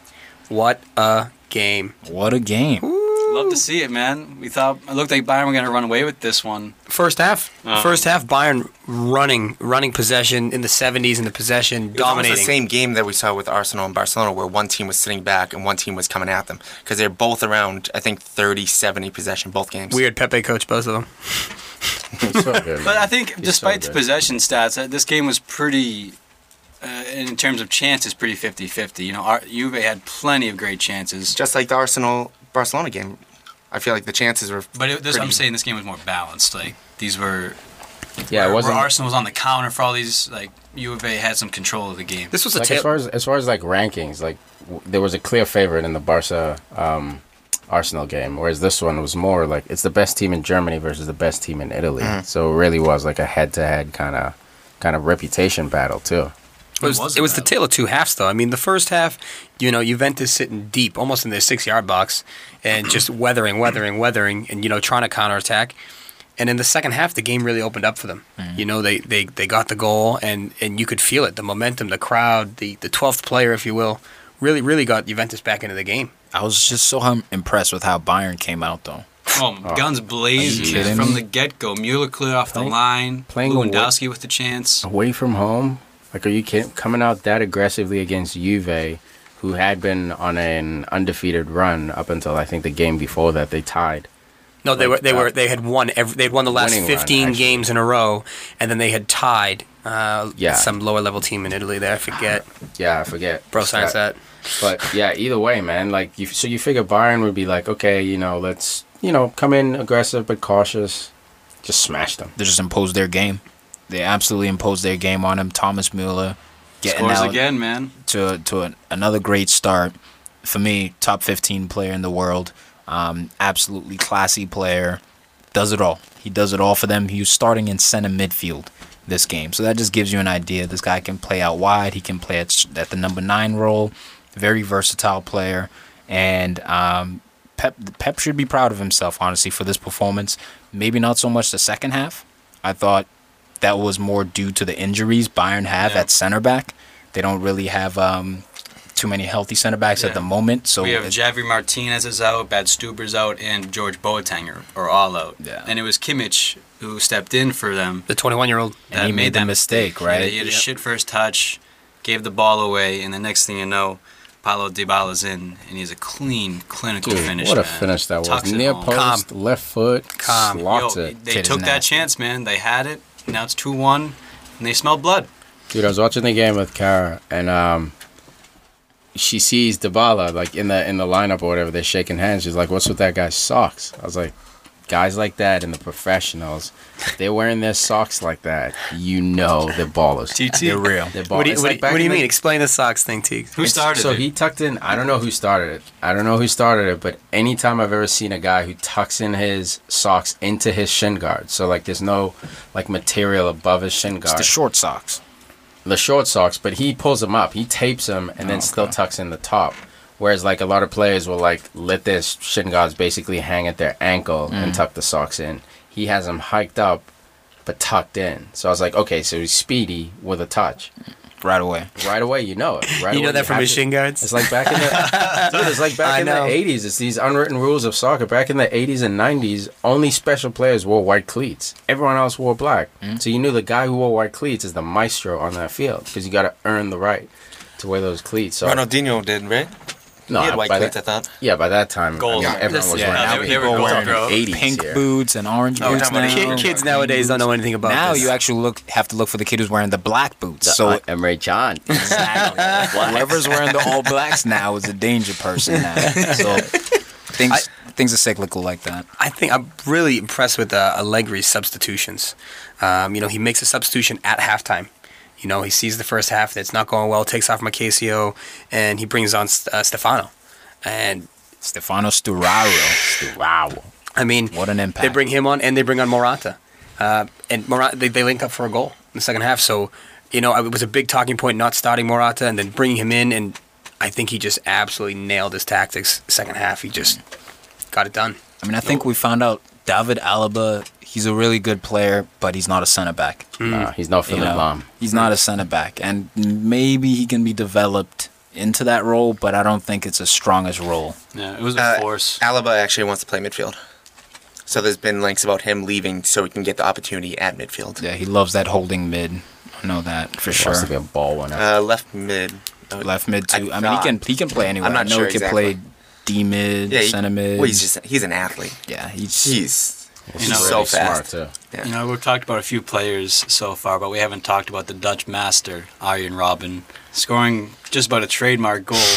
Speaker 3: What a game!
Speaker 2: What a game!
Speaker 4: Love to see it, man. We thought it looked like Bayern were gonna run away with this one.
Speaker 3: First half,
Speaker 4: Um,
Speaker 3: first half, Bayern running, running possession in the 70s and the possession
Speaker 1: Dominating.
Speaker 3: dominating.
Speaker 1: the same game that we saw with Arsenal and Barcelona, where one team was sitting back and one team was coming at them because they're both around, I think, 30, 70 possession both games.
Speaker 3: Weird Pepe coached both of them.
Speaker 5: He's so good,
Speaker 4: But
Speaker 5: man.
Speaker 4: I think,
Speaker 5: He's
Speaker 4: despite
Speaker 5: so
Speaker 4: the
Speaker 5: good.
Speaker 4: possession stats, uh, this game was pretty, uh, in terms of chances, pretty 50 50. You know, our, Juve had plenty of great chances.
Speaker 1: Just like the Arsenal Barcelona game, I feel like the chances were.
Speaker 4: But it, this, I'm
Speaker 1: Pretty-
Speaker 4: saying this game was more balanced. Like, these were.
Speaker 5: yeah, it
Speaker 4: where
Speaker 5: wasn't.
Speaker 4: Arsenal was on the counter for all these, like, Juve had some control of the game.
Speaker 3: This was a
Speaker 5: like
Speaker 3: tail-
Speaker 5: as far as as far as like rankings, like w- there was a clear favorite in the Barca um, Arsenal game, whereas this one was more like it's the best team in Germany versus the best team in Italy. So it really was like a head to head kind of kind of reputation battle too.
Speaker 3: It was,
Speaker 4: It was
Speaker 3: it was the
Speaker 4: about-
Speaker 3: tale of two halves, though. I mean, the first half, you know, Juventus sitting deep, almost in their six-yard box, and
Speaker 5: *clears throat*
Speaker 3: just weathering, weathering, weathering, and you know, trying to counterattack. And in the second half, the game really opened up for them.
Speaker 5: Mm.
Speaker 3: You know, they, they, they got the goal, and, and you could feel it—the momentum, the crowd, the the twelfth player, if you will, really really got Juventus back into the game.
Speaker 2: I was just so hum- impressed with how Bayern came out, though.
Speaker 4: Oh, guns blazing man,
Speaker 2: kidding
Speaker 4: from the
Speaker 2: me?
Speaker 4: get go. Mueller clear off the
Speaker 5: Playing-
Speaker 4: line.
Speaker 5: playing a
Speaker 4: Lewandowski with the chance.
Speaker 5: Away from home, like are you kidding? Coming out that aggressively against Juve, who had been on an undefeated run up until I think the game before that they tied.
Speaker 3: No, they
Speaker 5: Like
Speaker 3: were they
Speaker 5: that.
Speaker 3: were they had won every, they had won the last
Speaker 5: Winning run,
Speaker 3: fifteen
Speaker 5: actually.
Speaker 3: games in a row, and then they had tied uh,
Speaker 5: Yeah.
Speaker 3: some lower level team in Italy. There, I
Speaker 5: *sighs*
Speaker 3: forget.
Speaker 5: Yeah, I forget.
Speaker 3: Bro, science
Speaker 5: That-
Speaker 3: that.
Speaker 5: But yeah, either way, man. Like, you, so you figure Byron would be like, okay, you know, let's you know come in aggressive but cautious, just smash them.
Speaker 2: They just imposed their game. They absolutely imposed their game on him. Thomas Mueller getting
Speaker 4: Scores
Speaker 2: out
Speaker 4: again, man.
Speaker 2: to to an, another great start. For me, top 15 player in the world. Um, absolutely classy player. Does it all. He does it all for them. He was starting in center midfield this game. So that just gives you an idea. This guy can play out wide. He can play at, s- at the number nine role. Very versatile player. And um, Pep, Pep should be proud of himself, honestly, for this performance. Maybe not so much the second half. I thought that was more due to the injuries Bayern have
Speaker 4: Yeah.
Speaker 2: at center back. They don't really have um, too many healthy center backs
Speaker 4: Yeah.
Speaker 2: at the moment. So
Speaker 4: We have
Speaker 2: it-
Speaker 4: Javi Martinez is out, Bad Stuber's out, and George Boateng are, are all out.
Speaker 2: Yeah.
Speaker 4: And it was Kimmich who stepped in for them.
Speaker 3: The twenty one year old.
Speaker 2: and he made, the
Speaker 4: that
Speaker 2: mistake,
Speaker 4: Yeah,
Speaker 2: right?
Speaker 4: he had a shit first touch, gave the ball away, and the next thing you know, Paulo Dybala's in, and he's a clean, clinical
Speaker 5: Dude,
Speaker 4: finish.
Speaker 5: what a
Speaker 4: man.
Speaker 5: finish that
Speaker 4: Tucks
Speaker 5: was!
Speaker 4: it
Speaker 5: Near
Speaker 4: home.
Speaker 5: post, left foot,
Speaker 3: Calm.
Speaker 5: slots
Speaker 4: Yo,
Speaker 5: it.
Speaker 4: They
Speaker 2: Kid is
Speaker 4: took that
Speaker 2: nasty.
Speaker 4: chance, man. They had it. Now it's 2 1, and they smell blood.
Speaker 5: Dude, I was watching the game with Kara, and um, she sees Dybala like in the in the lineup or whatever. They're shaking hands. She's like, "What's with that guy's socks?" I was like, "Guys like that in the professionals, if they're wearing their socks like that. You know they're ballers.
Speaker 2: They're real.
Speaker 5: They're ballers.
Speaker 3: What do you,
Speaker 5: It's
Speaker 3: what
Speaker 5: like
Speaker 3: do you-
Speaker 5: back
Speaker 3: what do you
Speaker 5: in the-
Speaker 3: mean? Explain the socks thing, Teague.
Speaker 4: Who started
Speaker 5: So
Speaker 4: it?
Speaker 5: he tucked in. I don't know who started it. I don't know who started it, but anytime I've ever seen a guy who tucks in his socks into his shin guard, so like there's no like material above his shin
Speaker 2: It's
Speaker 5: guard,
Speaker 2: the short socks.
Speaker 5: the short socks, but he pulls them up, he tapes them, and then still tucks in the top. Whereas like a lot of players will like let their shin guards basically hang at their ankle and tuck the socks in. He has them hiked up, but tucked in. So I was like, okay, so he's speedy with a touch
Speaker 2: Right away.
Speaker 5: right away you know it. Right
Speaker 3: You know
Speaker 5: away
Speaker 3: that from
Speaker 5: have
Speaker 3: machine
Speaker 5: to-
Speaker 3: guards?
Speaker 5: It's like back in
Speaker 3: *laughs*
Speaker 5: the dude, it's like back
Speaker 3: I
Speaker 5: in
Speaker 3: know.
Speaker 5: the eighties. It's these unwritten rules of soccer. Back in the eighties and nineties, only special players wore white cleats. Everyone else wore black.
Speaker 3: Mm-hmm.
Speaker 5: So you knew the guy who wore white cleats is the maestro on that field because you got to earn the right to wear those cleats. So
Speaker 1: Ronaldinho did, right?
Speaker 5: no,
Speaker 1: he had white
Speaker 5: by
Speaker 1: cleats, I
Speaker 5: that,
Speaker 1: thought.
Speaker 5: yeah, by that time, I
Speaker 4: Gold.
Speaker 5: mean,
Speaker 4: Yeah,
Speaker 5: everyone was
Speaker 2: yeah,
Speaker 5: wearing
Speaker 2: no,
Speaker 5: white
Speaker 4: they were
Speaker 5: cleats.
Speaker 4: gold,
Speaker 5: We're
Speaker 4: bro.
Speaker 5: in 80s
Speaker 2: Pink
Speaker 5: here.
Speaker 2: boots and orange
Speaker 1: Oh,
Speaker 2: boots
Speaker 1: talking about
Speaker 2: now.
Speaker 1: the kid-
Speaker 3: Kid, kids nowadays don't know anything about
Speaker 2: now
Speaker 3: this.
Speaker 2: you actually look have to look for the kid who's wearing the black boots.
Speaker 5: The
Speaker 2: so
Speaker 5: Aunt Emre John.
Speaker 2: exactly. *laughs* whoever's wearing the all blacks now is a danger
Speaker 3: *laughs*
Speaker 2: person now. So things things are cyclical like that.
Speaker 3: I think I'm really impressed with uh, Allegri's substitutions. Um, you know, he makes a substitution at halftime. You know, he sees the first half that's not going well, takes off Marcasio, and he brings on S- uh, Stefano. And
Speaker 2: Stefano Sturaro.
Speaker 5: wow.
Speaker 3: I mean,
Speaker 2: What an impact.
Speaker 3: They bring him on, and they bring on Morata, uh, and Morata they, they link up for a goal in the second half. So, you know, it was a big talking point not starting Morata and then bringing him in, and I think he just absolutely nailed his tactics. Second half, he just got it done.
Speaker 2: I mean, I think we found out David Alaba. He's a really good player, but he's not a center back.
Speaker 5: Nah, he's not
Speaker 2: You
Speaker 5: feeling
Speaker 2: know,
Speaker 5: mom.
Speaker 2: he's not a center back, and maybe he can be developed into that role, but I don't think it's his strongest role.
Speaker 4: Yeah, it was a
Speaker 1: Uh,
Speaker 4: force.
Speaker 1: Alaba actually wants to play midfield. So there's been links about him leaving so he can get the opportunity at midfield.
Speaker 2: Yeah, he loves that holding mid. I know that for
Speaker 5: Wants to be
Speaker 2: sure.
Speaker 5: a ball winner.
Speaker 1: Uh, left mid. Uh,
Speaker 2: Left mid too. I,
Speaker 1: I
Speaker 2: mean, he
Speaker 1: thought-
Speaker 2: can he can play anywhere.
Speaker 1: I'm not
Speaker 2: I know
Speaker 1: sure
Speaker 2: he can
Speaker 1: exactly.
Speaker 2: play D mid,
Speaker 1: he-
Speaker 2: center mid.
Speaker 1: Well, he's just he's an athlete.
Speaker 2: yeah, he's
Speaker 1: He's he's
Speaker 4: You know,
Speaker 1: so
Speaker 5: really
Speaker 1: fast.
Speaker 5: Smart too.
Speaker 1: Yeah.
Speaker 4: You know, we've talked about a few players so far, but we haven't talked about the Dutch master, Arjen Robin, scoring just about a trademark goal.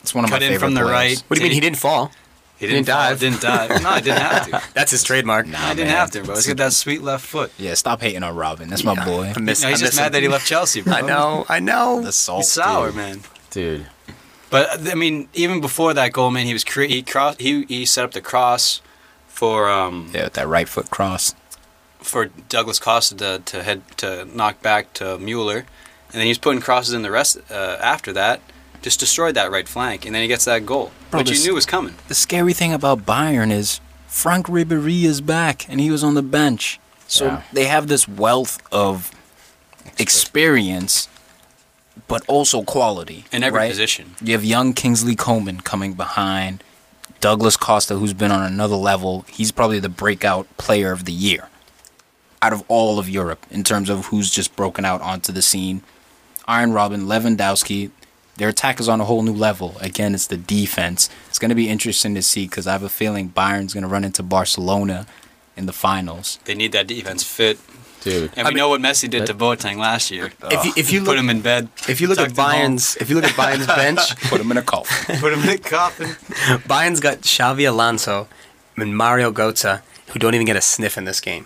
Speaker 2: it's one of
Speaker 4: cut
Speaker 2: my
Speaker 4: in
Speaker 2: favorite
Speaker 4: from the
Speaker 2: players.
Speaker 4: right.
Speaker 3: What do you mean he didn't fall?
Speaker 4: He didn't,
Speaker 3: Didn't
Speaker 4: dive.
Speaker 3: dive.
Speaker 4: Didn't dive. No, I didn't have to.
Speaker 3: That's his trademark.
Speaker 4: I didn't
Speaker 2: man.
Speaker 4: have to, bro. He's got that sweet left foot.
Speaker 2: Yeah, stop hating on Robin. That's my
Speaker 1: *laughs*
Speaker 2: boy.
Speaker 1: I'm miss-
Speaker 4: No, he's
Speaker 1: I'm
Speaker 4: just
Speaker 1: missing-
Speaker 4: mad that he left Chelsea, bro.
Speaker 3: I know. I know.
Speaker 2: The salt.
Speaker 4: He's sour,
Speaker 2: dude.
Speaker 4: man.
Speaker 5: Dude,
Speaker 4: But I mean, even before that goal, man, he was cre- he, cross- he he set up the cross for um
Speaker 2: Yeah, with that right foot cross.
Speaker 4: for Douglas Costa to, to head to knock back to Mueller, and then he's putting crosses in the rest uh, after that. Just destroyed that right flank, and then he gets that goal,
Speaker 2: Bro,
Speaker 4: which
Speaker 2: this-
Speaker 4: you knew was coming.
Speaker 2: The scary thing about Bayern is Frank Ribéry is back, and he was on the bench. So
Speaker 5: Yeah.
Speaker 2: they have this wealth of experience, but also quality
Speaker 4: In every
Speaker 2: right?
Speaker 4: position.
Speaker 2: You have young Kingsley Coman coming behind Douglas Costa, who's been on another level. He's probably the breakout player of the year out of all of Europe in terms of who's just broken out onto the scene. Iron Robin, Lewandowski, their attack is on a whole new level. Again, it's the defense. It's going to be interesting to see because I have a feeling Bayern's going to run into Barcelona in the finals.
Speaker 4: They need that defense fit,
Speaker 5: dude.
Speaker 4: and we know what Messi did to Boateng last year.
Speaker 3: If you- if you
Speaker 4: put
Speaker 3: look-
Speaker 4: him in bed,
Speaker 3: If you look at
Speaker 4: tucked him home. *laughs*
Speaker 3: Bayern's, if you look at Bayern's *laughs* bench,
Speaker 2: Put him in a coffin.
Speaker 4: put him in the
Speaker 3: *laughs*
Speaker 4: coffin.
Speaker 3: Bayern's got Xavi Alonso and Mario Götze, who don't even get a sniff in this game.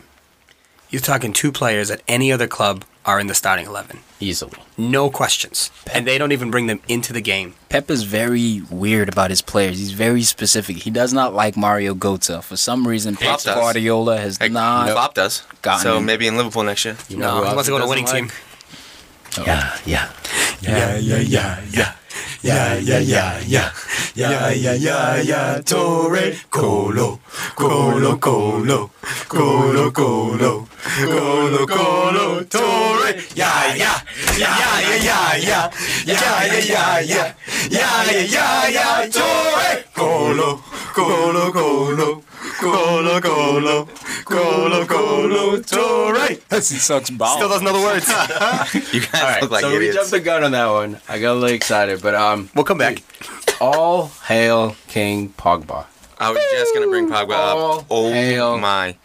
Speaker 3: You're talking two players that any other club are in the starting eleven,
Speaker 5: Easily.
Speaker 3: no questions, and they don't even bring them into the game.
Speaker 2: Pep is very weird about his players. He's very specific. He does not like Mario Götze. For some reason, Pep
Speaker 1: Hates us.
Speaker 2: Guardiola has
Speaker 1: Like,
Speaker 2: not.
Speaker 1: Klopp does.
Speaker 2: Gotten
Speaker 1: so
Speaker 2: him.
Speaker 1: maybe in Liverpool next year. *laughs*
Speaker 5: You
Speaker 3: No, Uh,
Speaker 5: who
Speaker 3: he
Speaker 5: else
Speaker 3: wants to go to a
Speaker 5: doesn't
Speaker 3: winning
Speaker 5: like?
Speaker 3: team.
Speaker 2: Yeah, yeah.
Speaker 6: yeah, yeah, yeah, yeah. Yeah, yeah, yeah, yeah. Yeah, yeah, yeah, yeah. Torre Colo, Colo, Colo, Colo, Colo, Colo, Colo, Torre. Yeah, yeah, yeah, yeah, yeah, yeah. Yeah, yeah, yeah, yeah. Yeah, yeah, yeah, yeah. Torre Colo, Colo, Colo, Colo, Colo, Colo, Colo, Torre.
Speaker 5: *laughs*
Speaker 2: He sucks balls.
Speaker 3: Still doesn't know the words.
Speaker 1: You guys
Speaker 5: All right,
Speaker 1: look like
Speaker 5: so we jumped
Speaker 1: idiots.
Speaker 5: the gun on that one. I got a little excited, but um,
Speaker 3: we'll come back.
Speaker 5: all hail King Pogba.
Speaker 1: I was just gonna bring Pogba
Speaker 5: All
Speaker 1: up. Oh
Speaker 5: hail.
Speaker 1: my!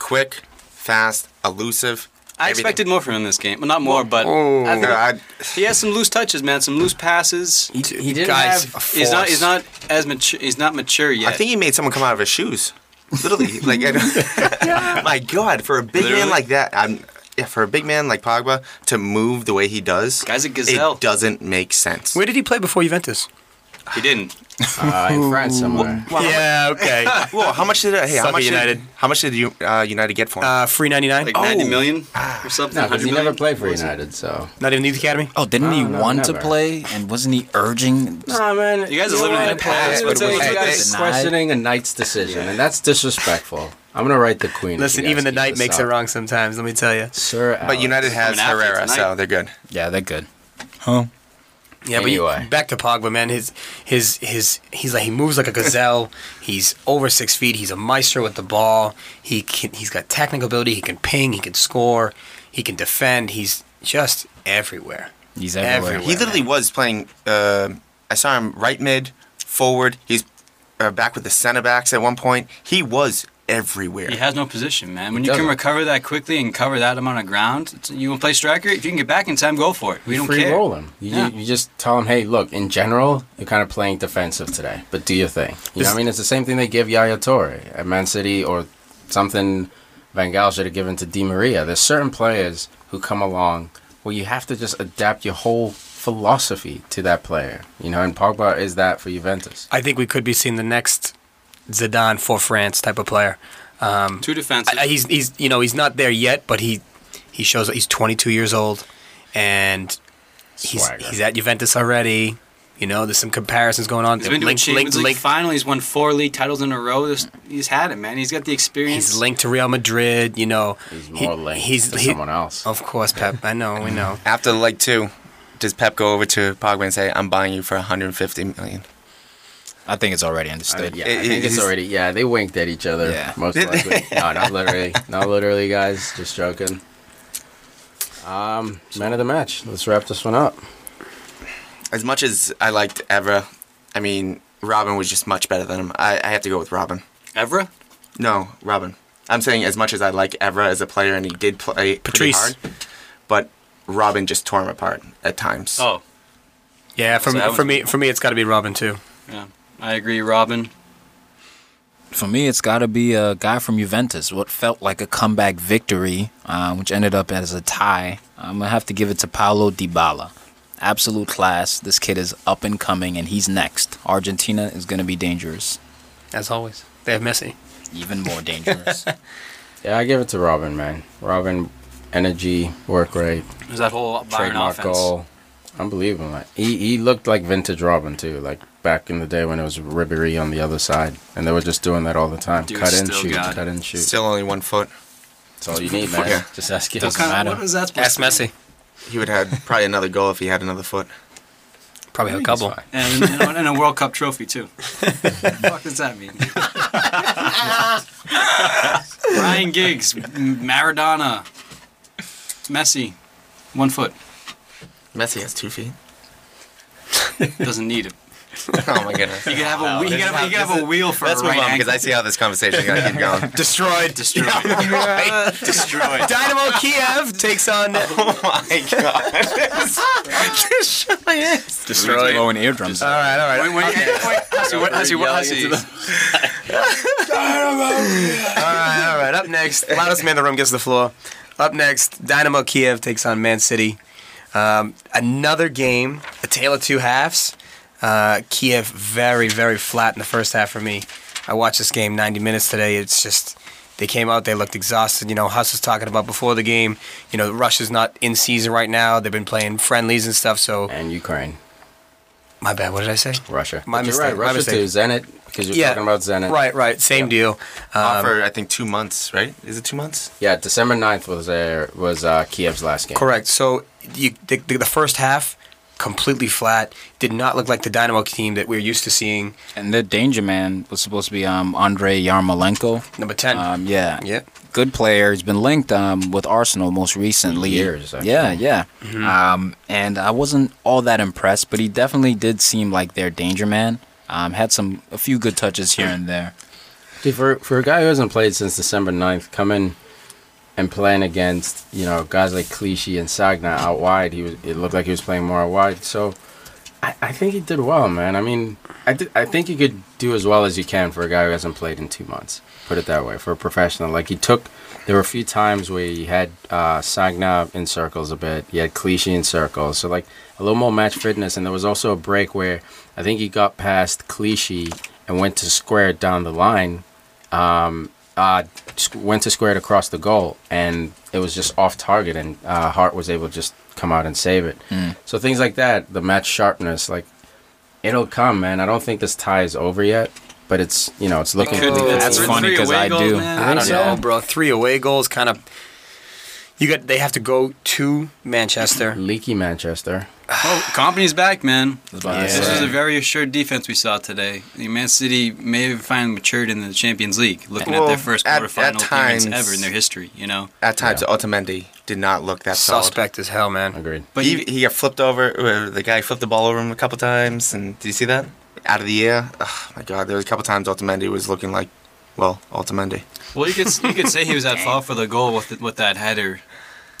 Speaker 1: Quick, fast, elusive.
Speaker 4: I
Speaker 1: everything.
Speaker 4: expected more from him this game. Well, not more, but
Speaker 1: Oh,
Speaker 4: I think
Speaker 1: God.
Speaker 4: he has some loose touches, man. Some loose passes.
Speaker 5: He didn't
Speaker 3: Guys,
Speaker 5: have.
Speaker 4: He's not. He's not as mature. He's not mature yet.
Speaker 1: I think he made someone come out of his shoes. *laughs* Literally, like I don't- *laughs* my God, for a big man
Speaker 4: Literally.
Speaker 1: like that, I'm, yeah, for a big man like Pogba to move the way he does,
Speaker 4: Guy's a gazelle.
Speaker 1: It doesn't make sense.
Speaker 3: Where did he play before Juventus?
Speaker 4: he didn't.
Speaker 5: Uh, in France somewhere.
Speaker 3: yeah,
Speaker 5: *laughs*
Speaker 3: okay.
Speaker 1: Whoa, how much did? Hey, how
Speaker 3: Suck
Speaker 1: much
Speaker 3: United.
Speaker 1: did? How much did you uh, United get for him?
Speaker 3: Uh, free ninety nine.
Speaker 4: Like 90 million or something.
Speaker 5: Oh. Ah. No, 'cause
Speaker 4: 100
Speaker 5: he
Speaker 4: million?
Speaker 5: never played for
Speaker 4: What was it?
Speaker 5: United, so.
Speaker 3: Not even the youth academy.
Speaker 2: Oh, didn't he
Speaker 5: No, no,
Speaker 2: want to
Speaker 5: never.
Speaker 2: play? And wasn't he urging?
Speaker 5: Nah, man.
Speaker 4: You guys are living in a palace.
Speaker 1: Hey,
Speaker 4: What's
Speaker 1: but
Speaker 4: up
Speaker 1: it
Speaker 4: with
Speaker 1: was-
Speaker 4: you
Speaker 1: hey,
Speaker 4: guys?
Speaker 2: Denied.
Speaker 5: Questioning a knight's decision, and that's disrespectful. I'm gonna write the queen. if
Speaker 3: Listen,
Speaker 5: you guys
Speaker 3: even the
Speaker 5: keep
Speaker 3: knight
Speaker 5: this
Speaker 3: makes it
Speaker 5: up.
Speaker 3: wrong sometimes. Let me tell you.
Speaker 5: Sir,
Speaker 1: but United has
Speaker 4: coming after you
Speaker 1: Herrera,
Speaker 4: tonight.
Speaker 1: so they're good.
Speaker 2: Yeah, they're good. Huh?
Speaker 3: Yeah, but you-
Speaker 5: Anyway.
Speaker 3: back to Pogba, man. His his his he's like he moves like a gazelle. he's over six feet. He's a maestro with the ball. He can, he's got technical ability. He can ping. He can score. He can defend. He's just everywhere.
Speaker 2: He's everywhere.
Speaker 3: Everywhere.
Speaker 1: He literally was playing. Uh, I saw him right mid, forward. He's uh, back with the center backs at one point. He was everywhere.
Speaker 4: He has no position, man. When
Speaker 5: He
Speaker 4: you can
Speaker 5: doesn't.
Speaker 4: recover that quickly and cover that amount of ground, it's- you want to play striker? If you can get back in time, go for it. We don't
Speaker 5: free
Speaker 4: care.
Speaker 5: roll him. You,
Speaker 4: Yeah.
Speaker 5: you, you just tell him, hey, look, in general, you're kind of playing defensive today, but do your thing. You know what I mean? It's the same thing they give Yaya Torre at Man City or something Van Gaal should have given to Di Maria. There's certain players who come along where you have to just adapt your whole philosophy to that player. You know, and Pogba is that for Juventus.
Speaker 3: I think we could be seeing the next Zidane for France type of player. Um,
Speaker 4: Two defenses.
Speaker 3: I- I- he's he's you know he's not there yet, but he he shows that he's 22 years old, and he's
Speaker 5: Swagger.
Speaker 3: he's at Juventus already. You know, there's some comparisons going on.
Speaker 4: He's been doing
Speaker 3: Link-
Speaker 4: Champions
Speaker 3: link-
Speaker 4: League
Speaker 3: link-
Speaker 4: final. He's won four league titles in a row. This, he's had it, man. He's got the experience.
Speaker 3: He's linked to Real Madrid, you know.
Speaker 5: He's
Speaker 3: He-
Speaker 5: more linked to
Speaker 3: he-
Speaker 5: someone else.
Speaker 3: Of course, Pep. I know, we
Speaker 5: *laughs*
Speaker 3: know.
Speaker 1: After the leg two, does Pep go over to Pogba and say, "I'm buying you for 150 million"?
Speaker 2: I think it's already
Speaker 5: I
Speaker 2: understood.
Speaker 5: mean, yeah,
Speaker 1: It-
Speaker 5: I think it's
Speaker 1: it's-
Speaker 5: already. Yeah, they winked at each other.
Speaker 2: Yeah.
Speaker 3: *laughs*
Speaker 5: Most likely. no, not literally. Not literally, guys. Just joking. Um, man of the match. Let's wrap this one up.
Speaker 1: As much as I liked Evra, I mean, Robin was just much better than him. I, I have to go with Robin.
Speaker 4: Evra?
Speaker 1: No, Robin. I'm saying as much as I like Evra as a player, and he did play
Speaker 3: Patrice.
Speaker 1: pretty hard, but Robin just tore him apart at times.
Speaker 4: Oh,
Speaker 3: Yeah, for,
Speaker 4: So that
Speaker 3: me,
Speaker 4: was-
Speaker 3: for me, for me, it's got to be Robin too.
Speaker 4: yeah. I agree, Robin.
Speaker 2: For me, it's got to be a guy from Juventus. What felt like a comeback victory, uh, which ended up as a tie. I'm gonna have to give it to Paulo Dybala. Absolute class. This kid is up and coming, and he's next. Argentina is gonna be dangerous,
Speaker 3: As always, they have Messi.
Speaker 2: even more
Speaker 5: *laughs*
Speaker 2: dangerous.
Speaker 5: Yeah, I give it to Robin, man. Robin, energy, work rate,
Speaker 4: There's that whole Byron
Speaker 5: trademark
Speaker 4: offense.
Speaker 5: goal. Unbelievable. man. He he looked like vintage Robin too, like back in the day when it was Ribery on the other side, and they were just doing that all the time.
Speaker 4: Dude,
Speaker 5: cut and
Speaker 4: still
Speaker 5: shoot,
Speaker 4: got it.
Speaker 5: cut and shoot.
Speaker 1: Still only one foot.
Speaker 5: That's all
Speaker 4: *laughs*
Speaker 5: you need, man.
Speaker 1: Yeah.
Speaker 5: Just ask it.
Speaker 2: Doesn't
Speaker 4: Kinda-
Speaker 2: matter.
Speaker 4: what is that supposed
Speaker 3: Ask
Speaker 4: to mean?
Speaker 3: Messi.
Speaker 1: He would have had probably another goal if he had another foot.
Speaker 3: Probably have a couple.
Speaker 5: fine.
Speaker 4: And, and, and a World Cup
Speaker 1: *laughs*
Speaker 4: trophy, too. what the fuck does that mean? Ryan Giggs, M- Maradona, Messi, one foot.
Speaker 1: Messi has two feet.
Speaker 4: Doesn't need it.
Speaker 1: Oh my goodness.
Speaker 4: You could have a, whe- you could have, you could have a wheel for
Speaker 1: Let's
Speaker 4: a
Speaker 1: move
Speaker 4: right
Speaker 1: on
Speaker 4: angle.
Speaker 1: because I see how this conversation is going to keep going.
Speaker 3: Destroyed. *laughs*
Speaker 4: Destroyed. Destroyed.
Speaker 3: Dynamo Kiev takes on. All
Speaker 1: my god.
Speaker 2: Destroyed. Blowing eardrums. out.
Speaker 3: right, all
Speaker 4: Wait,
Speaker 3: right.
Speaker 4: wait, wait, wait. Hussey, what- Hussey, what- Hussey.
Speaker 3: All right, all right. Up next, loudest man in the room gets the floor. Up next, Dynamo Kiev takes on Man City. Um, another game, a tale of two halves. Uh, Kiev very, very flat in the first half for me. I watched this game 90 minutes today. It's just they came out, they looked exhausted. You know, Huss was talking about before the game. You know, Russia's not in season right now. They've been playing friendlies and stuff. So
Speaker 5: And Ukraine,
Speaker 3: my bad. What did I say?
Speaker 5: Russia.
Speaker 3: My
Speaker 5: But you're
Speaker 3: mistake,
Speaker 5: Right,
Speaker 3: my
Speaker 5: Russia
Speaker 3: mistake.
Speaker 5: too. Zenit, because you're
Speaker 3: Yeah.
Speaker 5: talking about Zenit.
Speaker 3: Right, right. Same deal. Um,
Speaker 1: for I think two months, right? Is it two months?
Speaker 5: Yeah, December 9th was their was uh, Kiev's last game.
Speaker 3: Correct. So you, the, the, the first half, completely flat. Did not look like the Dynamo team that we're used to seeing.
Speaker 2: And the danger man was supposed to be um, Andre Yarmolenko.
Speaker 3: Number ten.
Speaker 2: Um, yeah.
Speaker 3: yeah.
Speaker 2: good player. He's been linked um, with Arsenal most recently.
Speaker 5: Years, actually.
Speaker 2: Yeah, yeah.
Speaker 4: Mm-hmm.
Speaker 2: Um, and I wasn't all that impressed, but he definitely did seem like their danger man. Um, had some a few good touches here and there.
Speaker 5: Dude, for for a guy who hasn't played since December 9th, coming and playing against you know guys like Clichy and Sagna out wide, he was it looked like he was playing more out wide. So I, I think he did well, man. I mean, I, thi- I think you could do as well as you can for a guy who hasn't played in two months. Put it that way, for a professional, like he took. There were a few times where he had uh, Sagna in circles a bit. He had Clichy in circles. So like a little more match fitness, and there was also a break where I think he got past Clichy and went to square it down the line uh, squ- went to square it across the goal, and it was just off target, and uh, Hart was able to just come out and save it.
Speaker 4: Hmm.
Speaker 5: So things like that, the match sharpness, like it'll come, man. I don't think this tie is over yet, but it's you know it's looking.
Speaker 4: Could be.
Speaker 2: That's
Speaker 4: Three
Speaker 2: funny 'cause
Speaker 4: away
Speaker 2: I
Speaker 4: goals,
Speaker 2: do.
Speaker 4: man.
Speaker 3: I don't
Speaker 5: so.
Speaker 3: know, bro. Three away goals, kind of. You got. They have to go to Manchester.
Speaker 5: Leaky Manchester.
Speaker 4: Oh, company's back, man.
Speaker 2: about to
Speaker 4: This
Speaker 2: say.
Speaker 4: is a very assured defense we saw today. The Man City may have finally matured in the Champions League, looking at
Speaker 1: Well,
Speaker 4: their first
Speaker 1: at-
Speaker 4: quarterfinal
Speaker 1: at
Speaker 4: appearance
Speaker 1: times-
Speaker 4: ever in their history. You know,
Speaker 1: At times, Otamendi did not look that solid.
Speaker 3: Suspect as hell, man.
Speaker 5: Agreed.
Speaker 1: But
Speaker 4: but
Speaker 1: he,
Speaker 4: you,
Speaker 1: he got flipped over. uh, The guy flipped the ball over him a couple times, and did you see that? Out of the air. Oh my god, there was a couple times Otamendi was looking like, well, Otamendi.
Speaker 4: well, you could you could say he was at fault for the goal with with that header.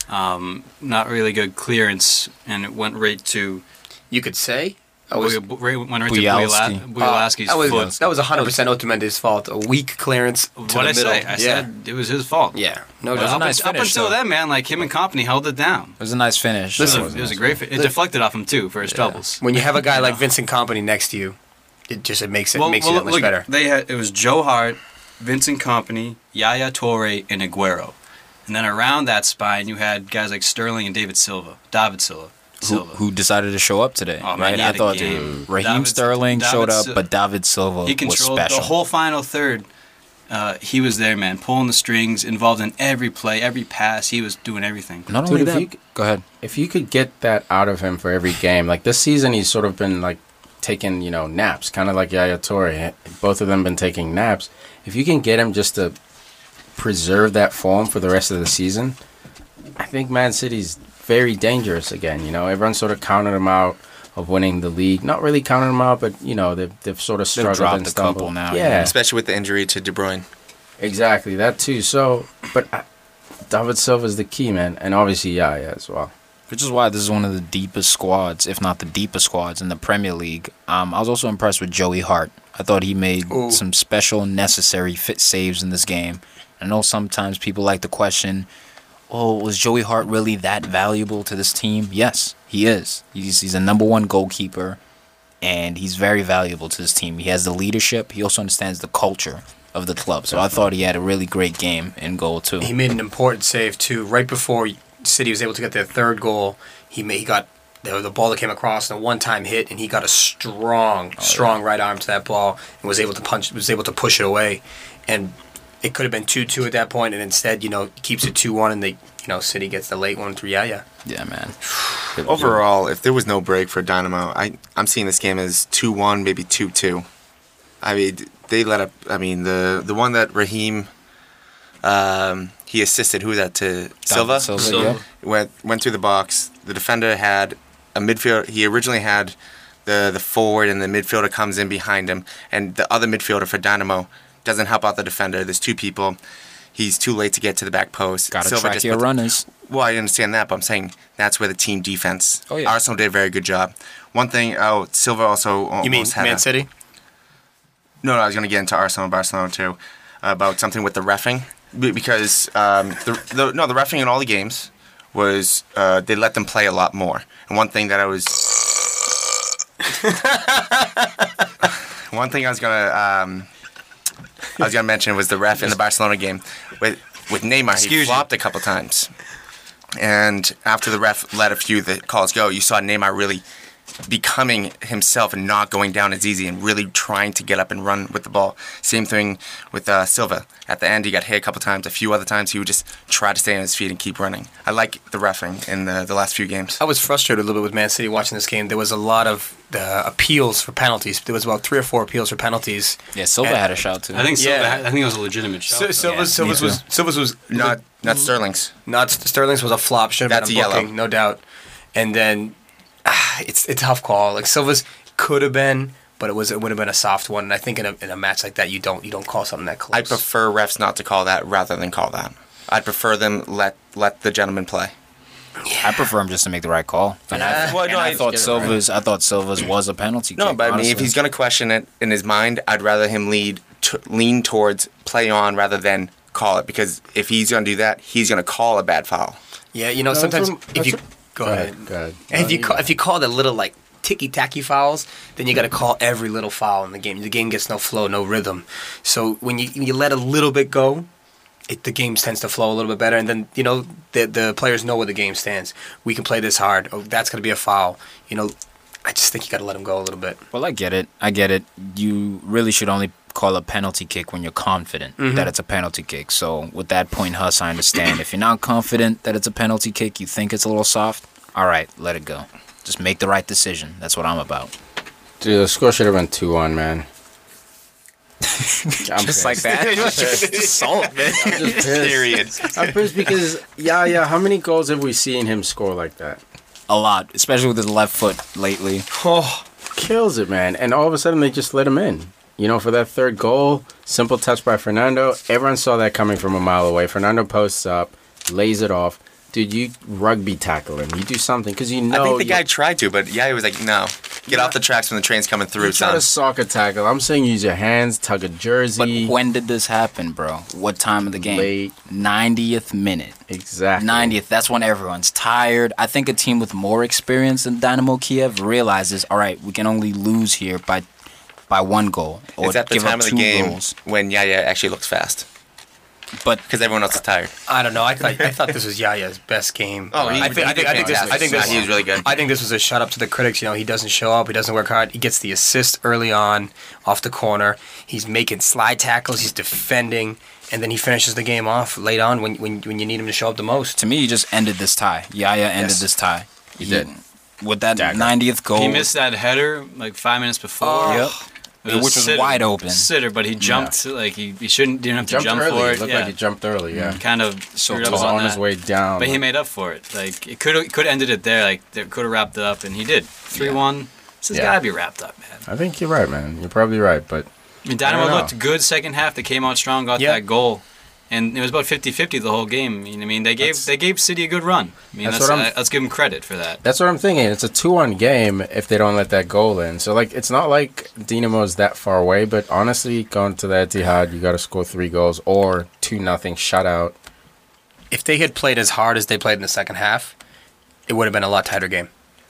Speaker 4: Um, not really good clearance, and it went right to
Speaker 3: You could say. I was. uh,
Speaker 4: Bui- right- went right to
Speaker 2: Bujalski.
Speaker 4: Bujala- Bujalski's
Speaker 3: that was
Speaker 4: foot.
Speaker 3: that was 100 percent Otamendi's fault. A weak clearance to
Speaker 4: What
Speaker 3: the
Speaker 4: I
Speaker 3: middle.
Speaker 4: say? I
Speaker 3: yeah.
Speaker 4: said it was his fault.
Speaker 3: Yeah. No
Speaker 4: But
Speaker 3: doubt.
Speaker 4: up,
Speaker 2: nice
Speaker 4: up
Speaker 2: finish,
Speaker 4: until
Speaker 2: though.
Speaker 4: then, man, like him and company held it down.
Speaker 2: It was a nice finish.
Speaker 4: It was,
Speaker 2: though.
Speaker 4: a, it was a great. Fi- it deflected off him too for his troubles.
Speaker 3: When you have a
Speaker 4: *laughs*
Speaker 3: guy like Vincent Company next to you, it just it makes it makes you that much
Speaker 4: look,
Speaker 3: better.
Speaker 4: They had it was Joe Hart, Vincent Company, Yaya Torre, and Aguero, and then around that spine you had guys like Sterling and David Silva, David Silva,
Speaker 2: who,
Speaker 4: Silva.
Speaker 2: who decided to show up today?
Speaker 4: Oh, man,
Speaker 2: right,
Speaker 4: he
Speaker 2: I
Speaker 4: had a
Speaker 2: thought
Speaker 4: game.
Speaker 2: Raheem
Speaker 4: David-
Speaker 2: Sterling
Speaker 4: David
Speaker 2: showed up,
Speaker 4: Sil-
Speaker 2: but David Silva
Speaker 4: he
Speaker 2: was
Speaker 4: controlled
Speaker 2: special.
Speaker 4: the whole final third. Uh, he was there, man, pulling the strings, involved in every play, every pass. He was doing everything.
Speaker 2: Not
Speaker 5: Dude,
Speaker 2: only
Speaker 5: if
Speaker 2: that.
Speaker 5: you-
Speaker 2: go ahead.
Speaker 5: If you could get that out of him for every game, like this season, he's sort of been like taking you know naps, kind of like Yaya Toure. Both of them been taking naps. If you can get him just to preserve that form for the rest of the season, I think Man City's very dangerous again. You know, everyone sort of counted them out of winning the league. Not really counting them out, but you know they've they've sort of struggled
Speaker 2: dropped
Speaker 5: and
Speaker 2: a couple
Speaker 5: stumbled.
Speaker 2: now, yeah.
Speaker 5: yeah,
Speaker 1: especially with the injury to De Bruyne.
Speaker 5: Exactly that too. So, but I, David Silva's the key man, and obviously Yaya as well.
Speaker 2: which is why this is one of the deepest squads, if not the deepest squads in the Premier League. Um, I was also impressed with Joey Hart. I thought he made
Speaker 3: Ooh.
Speaker 2: some special, necessary fit saves in this game. I know sometimes people like to question, "Oh, was Joey Hart really that valuable to this team?" Yes, he is. He's he's a number one goalkeeper, and he's very valuable to this team. He has the leadership. He also understands the culture of the club. So I thought he had a really great game in goal too.
Speaker 3: He made an important save too, right before City was able to get their third goal. He made, he got the, the ball that came across and a one time hit, and he got a strong, strong right arm to that ball and was able to punch, was able to push it away, and it could have been two two at that point, and instead, you know, keeps it two one, and they, you know, City gets the late one through Yaya.
Speaker 2: Yeah, man.
Speaker 1: Overall, if there was no break for Dynamo, I I'm seeing this game as two one, maybe two two. I mean, they let up. I mean, the the one that Raheem, um, he assisted. Who was that to Silva?
Speaker 2: Silva,
Speaker 4: Silva.
Speaker 2: yeah.
Speaker 1: went went through the box. The defender had a midfield. He originally had the the forward, and the midfielder comes in behind him, and the other midfielder for Dynamo doesn't help out the defender. There's two people. He's too late to get to the back post.
Speaker 2: Got to
Speaker 1: Silva
Speaker 2: track
Speaker 1: just
Speaker 2: your
Speaker 1: put-
Speaker 2: runners.
Speaker 1: Well, I understand that, but I'm saying that's where the team defense.
Speaker 2: Oh, yeah.
Speaker 1: Arsenal did a very good job. One thing. Oh, Silva also.
Speaker 3: You mean
Speaker 1: almost had
Speaker 3: Man
Speaker 1: a-
Speaker 3: City?
Speaker 1: no, no, I was going to get into Arsenal and Barcelona too about something with the refing be- because um, the, the no the refing in all the games was uh, they let them play a lot more. And one thing that I was one thing I was gonna um, I was gonna mention was the ref in the Barcelona game with with Neymar. he
Speaker 4: Excuse you.
Speaker 1: flopped a couple times, and after the ref let a few of the calls go, you saw Neymar really becoming himself and not going down as easy and really trying to get up and run with the ball. Same thing with uh, Silva. At the end, he got hit a couple times. A few other times, he would just try to stay on his feet and keep running. I like the refing in the, the last few games.
Speaker 3: I was frustrated a little bit with Man City watching this game. There was a lot of uh, appeals for penalties. There was about three or four appeals for penalties.
Speaker 2: Yeah, Silva
Speaker 3: And-
Speaker 2: had a shout too.
Speaker 4: I think Silva,
Speaker 3: Yeah.
Speaker 4: I think it was a legitimate shot.
Speaker 3: Sil-
Speaker 4: though.
Speaker 3: Silva's,
Speaker 2: Yeah, me
Speaker 3: Silva's was Silva's was
Speaker 1: Not not Sterling's.
Speaker 3: Not Sterling's was a flop. Should have
Speaker 1: That's
Speaker 3: been a booking,
Speaker 1: yellow.
Speaker 3: no doubt. And then ah, it's it's a tough call. Like Silva's could have been, but it was it would have been a soft one. And I think in a, in a match like that, you don't you don't call something that close.
Speaker 1: I prefer refs not to call that rather than call that. I'd prefer them let let the gentleman play.
Speaker 2: I prefer him just to make the right call. And I,
Speaker 1: Well,
Speaker 2: and
Speaker 1: no,
Speaker 2: I
Speaker 1: I-
Speaker 2: thought
Speaker 1: get it
Speaker 2: Silva's. I thought Silva's *clears throat* was a penalty.
Speaker 1: No,
Speaker 2: kick,
Speaker 1: but I mean, if
Speaker 2: honestly.
Speaker 1: he's gonna question it in his mind, I'd rather him lead t- lean towards play on rather than call it because if he's gonna do that, he's gonna call a bad foul.
Speaker 3: Yeah, you know
Speaker 5: No,
Speaker 3: sometimes
Speaker 5: that's a-
Speaker 3: if you
Speaker 5: that's
Speaker 3: go, ahead.
Speaker 5: Go ahead.
Speaker 3: And if you call, if you call the little like ticky tacky fouls, then you got to call every little foul in the game. The game gets no flow, no rhythm. So when you when you let a little bit go, it, the game tends to flow a little bit better. And then you know the the players know where the game stands. We can play this hard. Oh, that's gonna be a foul. You know, I just think you got to let them go a little bit.
Speaker 2: Well, I get it. I get it. You really should only call a penalty kick when you're confident that it's a penalty kick. So, with that point, Huss, I understand. if you're not confident that it's a penalty kick, you think it's a little soft, all right, let it go. Just make the right decision. That's what I'm about.
Speaker 5: Dude, the score should have been two one, man.
Speaker 2: *laughs*
Speaker 5: I'm
Speaker 2: Just like that. just salt, *laughs* man.
Speaker 1: *laughs*
Speaker 5: just Period. I'm pissed because yeah, yeah. How many goals have we seen him score like that?
Speaker 2: A lot, especially with his left foot lately.
Speaker 3: Oh,
Speaker 5: Kills it, man. And all of a sudden they just let him in. You know, for that third goal, simple touch by Fernando. Everyone saw that coming from a mile away. Fernando posts up, lays it off. Dude, you rugby tackle him. You do something because you know.
Speaker 1: I think the
Speaker 5: you-
Speaker 1: guy tried to, but yeah, he was like, "No, get off the tracks when the train's coming through,
Speaker 5: You try
Speaker 1: son."
Speaker 5: to soccer tackle. I'm saying use your hands, tug a
Speaker 2: But
Speaker 5: jersey.
Speaker 2: when did this happen, bro? What time of the game?
Speaker 5: Late.
Speaker 2: 90th minute.
Speaker 5: exactly.
Speaker 2: 90th, that's when everyone's tired. I think a team with more experience than Dynamo Kiev realizes, all right, we can only lose here by by one goal or
Speaker 1: It's at the
Speaker 2: give
Speaker 1: time
Speaker 2: up
Speaker 1: of
Speaker 2: two
Speaker 1: the game
Speaker 2: goals.
Speaker 1: when Yaya actually looks fast
Speaker 2: But
Speaker 1: because everyone else is tired.
Speaker 3: I don't know. I thought I thought this was Yaya's best game.
Speaker 1: he,
Speaker 3: I think I think I think this I think this
Speaker 1: he was really good.
Speaker 3: I think this was a shut up to the critics. You know, he doesn't show up. He doesn't work hard. He gets the assist early on off the corner. He's making slide tackles. He's defending, and then he finishes the game off late on when when, when you need him to show up the most.
Speaker 2: to me, he just ended this tie. Yaya ended
Speaker 3: Yes.
Speaker 2: this tie. He,
Speaker 5: did.
Speaker 2: with that
Speaker 5: Dagger.
Speaker 2: 90th goal.
Speaker 4: He missed that header like five minutes before.
Speaker 2: Yep.
Speaker 4: It
Speaker 2: Which was
Speaker 4: sitter-
Speaker 2: wide open.
Speaker 4: Sitter, but he jumped like he, he shouldn't didn't have to
Speaker 5: Jumped
Speaker 4: jump
Speaker 5: early.
Speaker 4: for
Speaker 5: It
Speaker 4: it.
Speaker 5: looked
Speaker 4: yeah.
Speaker 5: like he jumped early. Yeah.
Speaker 4: kind of screwed
Speaker 5: He
Speaker 4: up
Speaker 5: was
Speaker 4: on,
Speaker 5: on
Speaker 4: that.
Speaker 5: his way down.
Speaker 4: But he
Speaker 5: like-
Speaker 4: made up for it. Like it could could ended it there. Like it could have wrapped it up, and he did. Three one. This has
Speaker 5: Yeah.
Speaker 4: gotta be wrapped up, man.
Speaker 5: I think you're right, man. You're probably right, but
Speaker 4: I mean,
Speaker 5: I
Speaker 4: Dynamo
Speaker 5: don't know.
Speaker 4: looked good second half. They came out strong, got
Speaker 3: Yeah.
Speaker 4: that goal, and it was about 50-50 the whole game. I mean, I mean, they gave
Speaker 5: That's-
Speaker 4: they gave City a good run. I mean,
Speaker 5: That's
Speaker 4: that's
Speaker 5: what I'm-
Speaker 4: uh, let's give them credit for that.
Speaker 5: that's what I'm thinking. It's a two-one game if they don't let that goal in. So like, it's not like Dinamo's that far away. But honestly, going to the Etihad, you got to score three goals or two nothing shutout.
Speaker 3: if they had played as hard as they played in the second half, it would have been a lot tighter game.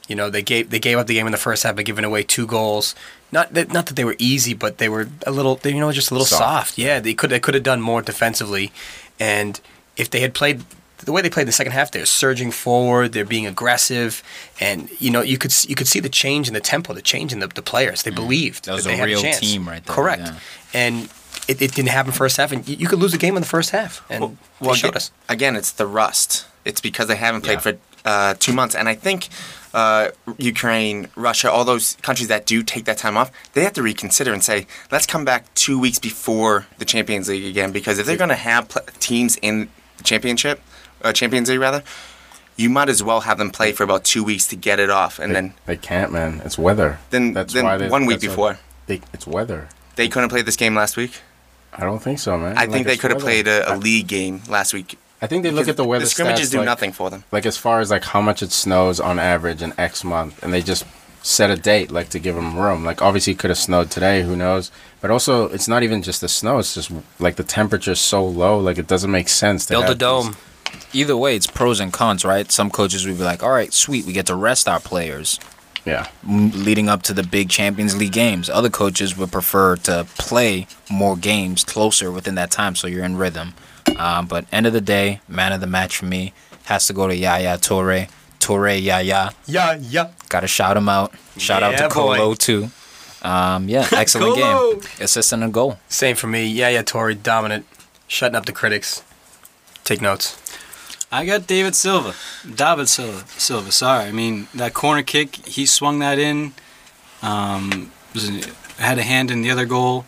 Speaker 3: You know, they gave they gave up the game in the first half by giving away two goals. Not that not that they were easy, but they were a little they, you know just a little soft.
Speaker 5: Soft.
Speaker 3: Yeah, they could they could have done more defensively, and if they had played the way they played in the second half, they're surging forward, they're being aggressive, and you know you could s- you could see the change in the tempo, the change in the, the players. They believed
Speaker 2: Mm. That was
Speaker 3: they
Speaker 2: a
Speaker 3: had
Speaker 2: real
Speaker 3: chance.
Speaker 2: team right there,
Speaker 3: Correct,
Speaker 2: yeah.
Speaker 3: and. It, it didn't happen first half, and you, you could lose a game in the first half, and they
Speaker 1: well,
Speaker 3: showed
Speaker 1: aga-
Speaker 3: us.
Speaker 1: Again, it's the rust. It's because they haven't played
Speaker 5: Yeah.
Speaker 1: for uh, two months, and I think uh, Ukraine, Russia, all those countries that do take that time off, they have to reconsider and say, let's come back two weeks before the Champions League again, because if they're going to have pl- teams in the championship, uh, Champions League rather, you might as well have them play for about two weeks to get it off, and
Speaker 5: They,
Speaker 1: then
Speaker 5: they can't, man. It's weather.
Speaker 1: Then- then one week
Speaker 5: that's why
Speaker 1: before.
Speaker 5: they, it's weather.
Speaker 1: they couldn't play this game last week.
Speaker 5: I don't think so, man.
Speaker 1: I think
Speaker 5: Like,
Speaker 1: they
Speaker 5: it's
Speaker 1: could have
Speaker 5: weather.
Speaker 1: played a,
Speaker 5: I-
Speaker 1: a league game last week.
Speaker 5: I think they look at the weather.
Speaker 1: The scrimmages
Speaker 5: stats,
Speaker 1: do
Speaker 5: like-
Speaker 1: nothing for them.
Speaker 5: Like as far as like how much it snows on average in X month, and they just set a date like to give them room. Like obviously it could have snowed today, who knows? But also it's not even just the snow; it's just like the temperature's so low, like it doesn't make sense. To
Speaker 3: Build a
Speaker 5: have
Speaker 3: dome.
Speaker 5: these-
Speaker 2: Either way, it's pros and cons, right? Some coaches would be like, all right, sweet, we get to rest our players
Speaker 5: Yeah,
Speaker 2: m- leading up to the big Champions League games. Other coaches would prefer to play more games closer within that time so you're in rhythm. Um, but end of the day, man of the match for me has to go to Yaya Toure. Toure Yaya.
Speaker 3: Yeah, yeah.
Speaker 2: Gotta shout him out. Shout out
Speaker 3: Yeah,
Speaker 2: to
Speaker 3: boy.
Speaker 2: Colo too.
Speaker 3: *laughs*
Speaker 2: Um, yeah, excellent
Speaker 3: Colo.
Speaker 2: game. Assist and a goal.
Speaker 3: Same for me. Yeah, yeah, Tory, dominant. Shutting up the critics. Take notes.
Speaker 4: I got David Silva, David Silva, Silva. Sorry, I mean that corner kick. He swung that in. Um, was in- had a hand in the other goal.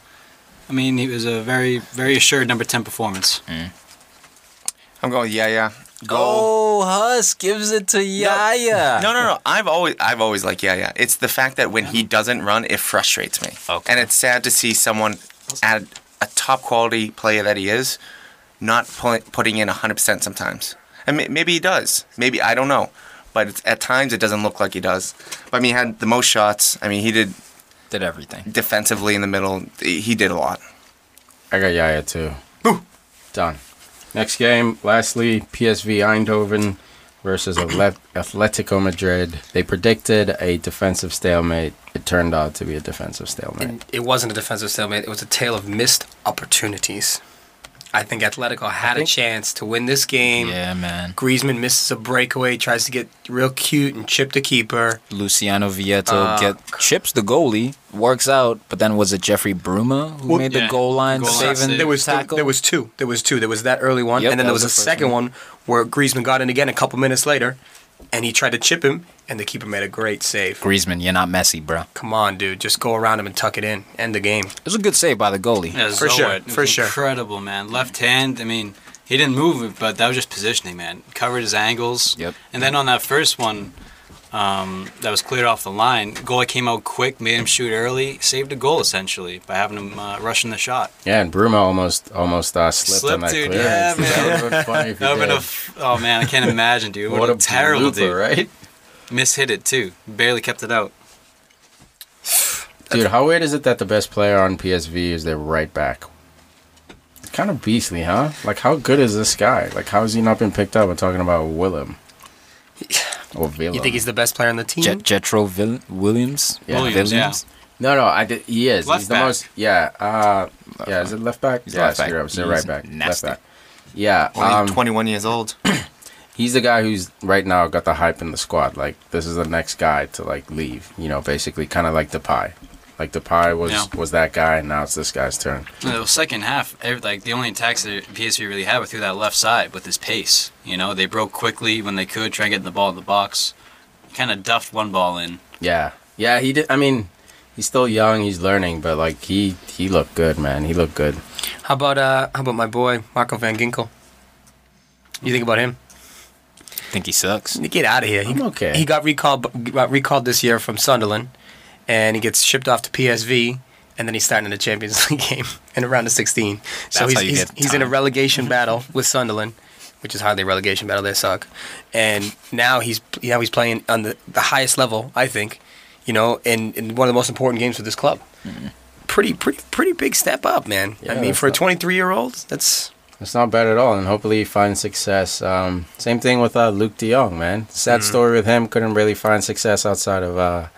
Speaker 4: I mean, it was a very very assured number ten performance.
Speaker 1: I'm going, yeah, yeah. Goal.
Speaker 2: Oh, Huss gives it to Yaya.
Speaker 1: No, no, no. I've always, I've always like, yeah, yeah. It's the fact that when he doesn't run, it frustrates me.
Speaker 2: Okay.
Speaker 1: And it's sad to see someone at a top quality player that he is, not pull, putting in 100% sometimes. And may- maybe he does. Maybe I don't know. But it's, at times it doesn't look like he does. But I mean, he had the most shots. I mean, he did
Speaker 2: Did everything.
Speaker 1: defensively in the middle. He he did a lot.
Speaker 5: I got Yaya too. Done. Next game, lastly, PSV Eindhoven versus Atlet- Atletico Madrid. They predicted a defensive stalemate. It turned out to be a defensive stalemate.
Speaker 3: And it wasn't a defensive stalemate. It was a tale of missed opportunities. I think Atletico had a chance to win this game.
Speaker 2: Yeah, man.
Speaker 3: Griezmann misses a breakaway, tries to get real cute and chip the keeper.
Speaker 2: Luciano Vieto
Speaker 4: Ah,
Speaker 3: Uh,
Speaker 2: get chips the goalie, works out, but then was it Jeffrey Bruma who
Speaker 3: Well,
Speaker 2: made
Speaker 4: yeah.
Speaker 2: the goal line
Speaker 4: Goal line
Speaker 2: saving
Speaker 4: save.
Speaker 3: There was
Speaker 2: tackle?
Speaker 3: there was two. There was two. There was that early one,
Speaker 2: Yep,
Speaker 3: and then
Speaker 2: that
Speaker 3: there was,
Speaker 2: was
Speaker 3: a
Speaker 2: the first
Speaker 3: second one. where Griezmann got in again a couple minutes later, and he tried to chip him, and the keeper made a great save.
Speaker 2: Griezmann, you're not messy, bro. It
Speaker 3: Come on, dude, just go around him and tuck it in. End the game.
Speaker 2: was a good save by the goalie.
Speaker 4: Yeah,
Speaker 3: For sure,
Speaker 4: It was
Speaker 3: for sure.
Speaker 4: Incredible, man. Left hand, I mean, he didn't move it, but that was just positioning, man. Covered his angles.
Speaker 2: Yep.
Speaker 4: And then on that first one um, that was cleared off the line, goalie came out quick, made him shoot early, saved a goal, essentially, by having him uh, rushing the shot.
Speaker 5: Yeah, and Bruma almost almost uh, slipped, on
Speaker 4: Slipped,
Speaker 5: that
Speaker 4: dude. Yeah,
Speaker 5: clearance. That
Speaker 4: man.
Speaker 5: would've been funny if he
Speaker 4: That would have been a
Speaker 5: did.
Speaker 4: f- oh, man, I can't imagine, dude. What,
Speaker 5: What
Speaker 4: a terrible,
Speaker 5: blooper,
Speaker 4: dude.
Speaker 5: right?
Speaker 4: Mishit it, too. Barely kept it out.
Speaker 5: Dude, how weird is it that the best player on PSV is their right back? It's kind of beastly, huh? Like, how good is this guy? Like, how has he not been picked up? We're talking
Speaker 4: *sighs*
Speaker 5: about Willem. Or Willem.
Speaker 3: You think he's the best player on the team?
Speaker 2: Jet- Jetro Vill- Williams?
Speaker 5: Yeah.
Speaker 4: Williams, yeah.
Speaker 5: No, no, I did, he is.
Speaker 4: Left
Speaker 5: he's the
Speaker 4: back.
Speaker 5: most. Yeah. Uh, yeah, is it left back?
Speaker 2: He's
Speaker 5: yeah,
Speaker 2: left back.
Speaker 5: screw it, it's their
Speaker 2: He's
Speaker 5: right back.
Speaker 2: nasty.
Speaker 5: Left back. Yeah.
Speaker 1: Only
Speaker 5: um,
Speaker 1: 21 years old.
Speaker 5: he's the guy who's right now got the hype in the squad. Like this is the next guy to like leave. You know, basically, kind of like Depay. Like Depay was
Speaker 4: Yeah.
Speaker 5: was that guy, and now it's this guy's turn.
Speaker 4: The second half, every, like the only attacks that PSV really had were through that left side with his pace. You know, they broke quickly when they could, try and get the ball in the box. kind of duffed one ball in.
Speaker 5: Yeah, yeah. He did. I mean, he's still young. He's learning, but like he he looked good, man. He looked good.
Speaker 3: How about uh, how about my boy Marco Van Ginkel? You think about him?
Speaker 2: think he sucks.
Speaker 3: Get out of here. He,
Speaker 5: I'm okay.
Speaker 3: He got recalled got recalled this year from Sunderland, and he gets shipped off to PSV, and then he's starting in the Champions *laughs* League game in a round of 16. so
Speaker 2: That's
Speaker 3: he's
Speaker 2: how you
Speaker 3: he's,
Speaker 2: get
Speaker 3: he's in a
Speaker 2: time.
Speaker 5: *laughs*
Speaker 3: relegation battle with Sunderland, which is hardly a relegation battle. They suck, and now he's now he's playing on the, the highest level, I think, you know, in, in one of the most important games for this club. Pretty pretty pretty big step up, man. I
Speaker 5: Mm-hmm. Yeah,
Speaker 3: mean,
Speaker 5: that's
Speaker 3: for a
Speaker 5: not-
Speaker 3: 23 year old, that's
Speaker 5: It's not bad at all, and hopefully he finds success. Um, same thing with uh, Luke De Jong, man. Sad story with him. Couldn't really find success outside of uh,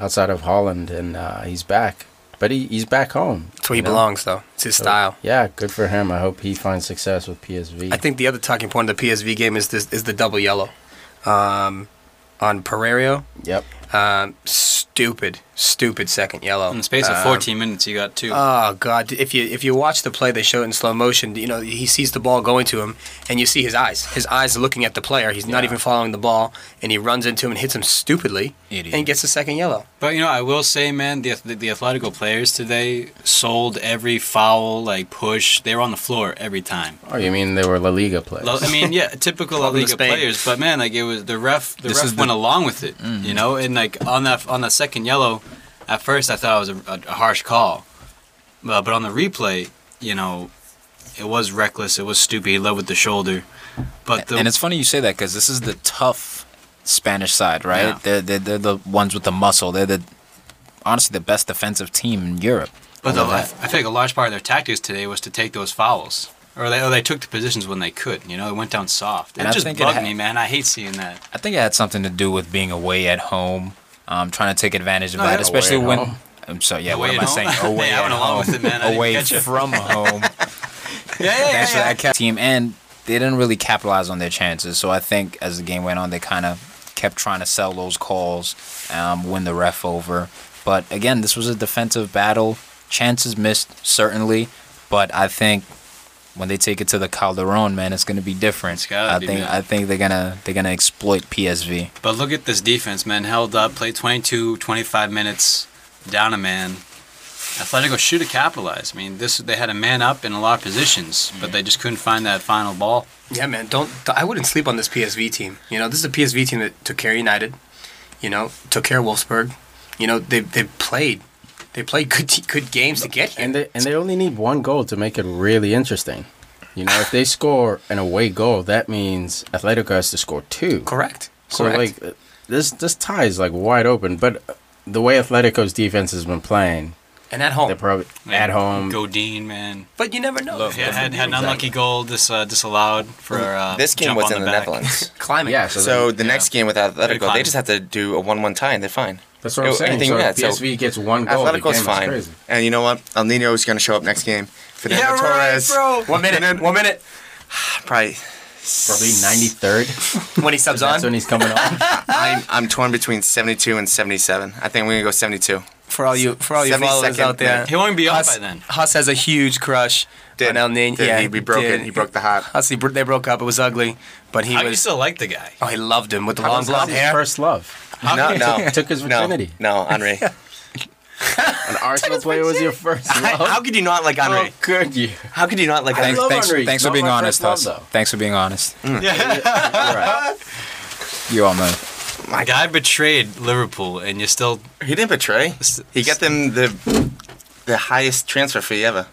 Speaker 5: outside of Holland, and uh, he's back. But he, he's back home.
Speaker 3: that's where he
Speaker 5: you know?
Speaker 3: belongs, though. It's his
Speaker 5: So,
Speaker 3: style.
Speaker 5: Yeah, good for him. I hope he finds success with PSV.
Speaker 3: I think the other talking point of the PSV game is this is the double yellow um, on Pereiro.
Speaker 5: Yep.
Speaker 3: Um, stupid, stupid second yellow.
Speaker 4: In the space of
Speaker 3: Um,
Speaker 4: 14 minutes, you got two.
Speaker 3: Oh God! If you if you watch the play, they show it in slow motion. You know he sees the ball going to him, and you see his eyes. His eyes are looking at the player. He's not even following the ball, and he runs into him and hits him stupidly,
Speaker 2: Idiot.
Speaker 3: and gets a second yellow.
Speaker 4: But you know, I will say, man, the the, the Atletico players today sold every foul, like push. They were on the floor every time.
Speaker 5: Oh, you mean they were La Liga players?
Speaker 4: Lo- I mean, yeah, typical La
Speaker 3: Welcome to
Speaker 4: Liga
Speaker 3: Spain.
Speaker 4: players. But man, like it was the ref. The
Speaker 2: This
Speaker 4: ref
Speaker 2: is the- Mm-hmm.
Speaker 4: went along with it, you know. And like on that on that second yellow, at first I thought it was a, a, a harsh call, Uh, but but on the replay, you know, it was reckless. It was stupid. He led with the shoulder, but the
Speaker 2: and it's funny you say that because this is the tough Spanish side, right?
Speaker 4: Yeah.
Speaker 2: They're, they're they're the ones with the muscle. They're the honestly the best defensive team in Europe.
Speaker 4: But the,
Speaker 2: Although
Speaker 4: I,
Speaker 2: that-
Speaker 4: I think a large part of their tactics today was to take those fouls, or they, or they took the positions when they could. You know, it went down soft. It
Speaker 2: And I
Speaker 4: just
Speaker 2: think it
Speaker 4: bugged
Speaker 2: ha-
Speaker 4: me, man. I hate seeing
Speaker 2: *laughs*
Speaker 4: that.
Speaker 2: I think it had something to do with being away at home, um, trying to take advantage of
Speaker 4: No,
Speaker 2: that,
Speaker 4: yeah.
Speaker 2: especially
Speaker 5: Away
Speaker 2: when.
Speaker 5: at home.
Speaker 2: I'm sorry. Yeah,
Speaker 4: Away
Speaker 2: what
Speaker 4: at
Speaker 2: am I
Speaker 4: home?
Speaker 2: saying?
Speaker 4: Yeah, *laughs*
Speaker 2: Away
Speaker 4: I
Speaker 2: at
Speaker 4: went
Speaker 2: home.
Speaker 4: along with it, man. I didn't
Speaker 2: away
Speaker 4: catch it.
Speaker 2: from
Speaker 4: *laughs*
Speaker 2: home.
Speaker 4: Yeah, yeah,
Speaker 2: Thanks for that cap team, and they didn't really capitalize on their chances. So I think as the game went on, they kind of kept trying to sell those calls, um, win the ref over. But again, this was a defensive battle. Chances missed certainly, but I think when they take it to the Calderon, man, it's going to be different.
Speaker 4: It's gotta
Speaker 2: I
Speaker 4: be,
Speaker 2: think
Speaker 4: man.
Speaker 2: I think they're gonna they're gonna exploit PSV.
Speaker 4: But look at this defense, man. Held up, played 22, 25 minutes, down a man. Atletico should have capitalized. I mean, this they had a man up in a lot of positions, but they just couldn't find that final ball.
Speaker 3: Yeah, man. Don't I wouldn't sleep on this PSV team. You know, this is a PSV team that took care of United. You know, took care of Wolfsburg. You know, they they played, they played good te- good games to get here.
Speaker 5: and they and they only need one goal to make it really interesting. You know, if they score an away goal, that means Atletico has to score two.
Speaker 3: correct.
Speaker 5: So
Speaker 3: correct.
Speaker 5: like uh, this this tie is like wide open, but uh, the way Atletico's defense has been playing,
Speaker 3: and at home.
Speaker 5: they're probably at home.
Speaker 4: Godin, man.
Speaker 3: But you never know.
Speaker 4: Yeah, had, had an unlucky goal dis, uh, disallowed for uh,
Speaker 1: this game
Speaker 4: jump
Speaker 1: was
Speaker 4: on
Speaker 1: in the,
Speaker 4: back.
Speaker 1: Netherlands.
Speaker 3: Climate.
Speaker 5: Yeah,
Speaker 1: *laughs*
Speaker 5: so,
Speaker 1: so the next game with Atletico,
Speaker 4: climb.
Speaker 1: they just have to do a one-one tie and they're fine.
Speaker 5: that's what I'm
Speaker 1: Oh,
Speaker 5: saying.
Speaker 1: anything
Speaker 5: So
Speaker 1: we
Speaker 5: if
Speaker 1: had, so-
Speaker 5: PSV gets one goal. Oh, the
Speaker 1: Atletico's
Speaker 5: game is
Speaker 1: fine.
Speaker 5: crazy.
Speaker 1: And you know what? El Nino is going to show up next game. Fernando
Speaker 4: Yeah, right,
Speaker 1: Torres.
Speaker 4: bro.
Speaker 3: One minute. One minute.
Speaker 1: *sighs* Probably.
Speaker 5: Probably 93rd.
Speaker 3: When he subs
Speaker 5: That's when
Speaker 3: on.
Speaker 5: he's coming on.
Speaker 1: I'm, I'm torn between 72 and 77. I think we're going to go 72.
Speaker 3: For all you for all you followers
Speaker 1: 72nd
Speaker 3: out there,
Speaker 1: minute.
Speaker 4: He won't be up
Speaker 3: Huss,
Speaker 4: by then.
Speaker 3: Huss has a huge crush on El Nino.
Speaker 1: Did.
Speaker 3: yeah,
Speaker 1: he, we broke
Speaker 3: did.
Speaker 1: it. He broke the heart.
Speaker 3: Huss, he, bro- they broke up. It was ugly, but he
Speaker 4: How do you
Speaker 3: was.
Speaker 4: still like the guy?
Speaker 3: Oh, he loved him with the
Speaker 1: How
Speaker 3: long
Speaker 1: does
Speaker 3: blonde
Speaker 1: Huss-
Speaker 3: hair.
Speaker 5: First love.
Speaker 4: How
Speaker 1: No,
Speaker 4: can-
Speaker 1: *laughs* no.
Speaker 5: Took his virginity.
Speaker 1: No, no Henri.
Speaker 5: An Arsenal player was your first
Speaker 1: How-
Speaker 5: love.
Speaker 1: How could you not like
Speaker 5: How
Speaker 1: Henri?
Speaker 5: could you?
Speaker 1: How could you not like
Speaker 2: Thanks,
Speaker 1: Henri?
Speaker 5: love
Speaker 2: thanks,
Speaker 5: Henry.
Speaker 2: thanks for
Speaker 5: Not
Speaker 2: being
Speaker 5: my
Speaker 2: honest,
Speaker 5: first love,
Speaker 2: Huss.
Speaker 5: though.
Speaker 2: Thanks for being honest.
Speaker 5: All right.
Speaker 2: You all *laughs* know.
Speaker 4: A guy betrayed Liverpool, and you're still
Speaker 1: He didn't betray. He got them the the highest transfer fee ever.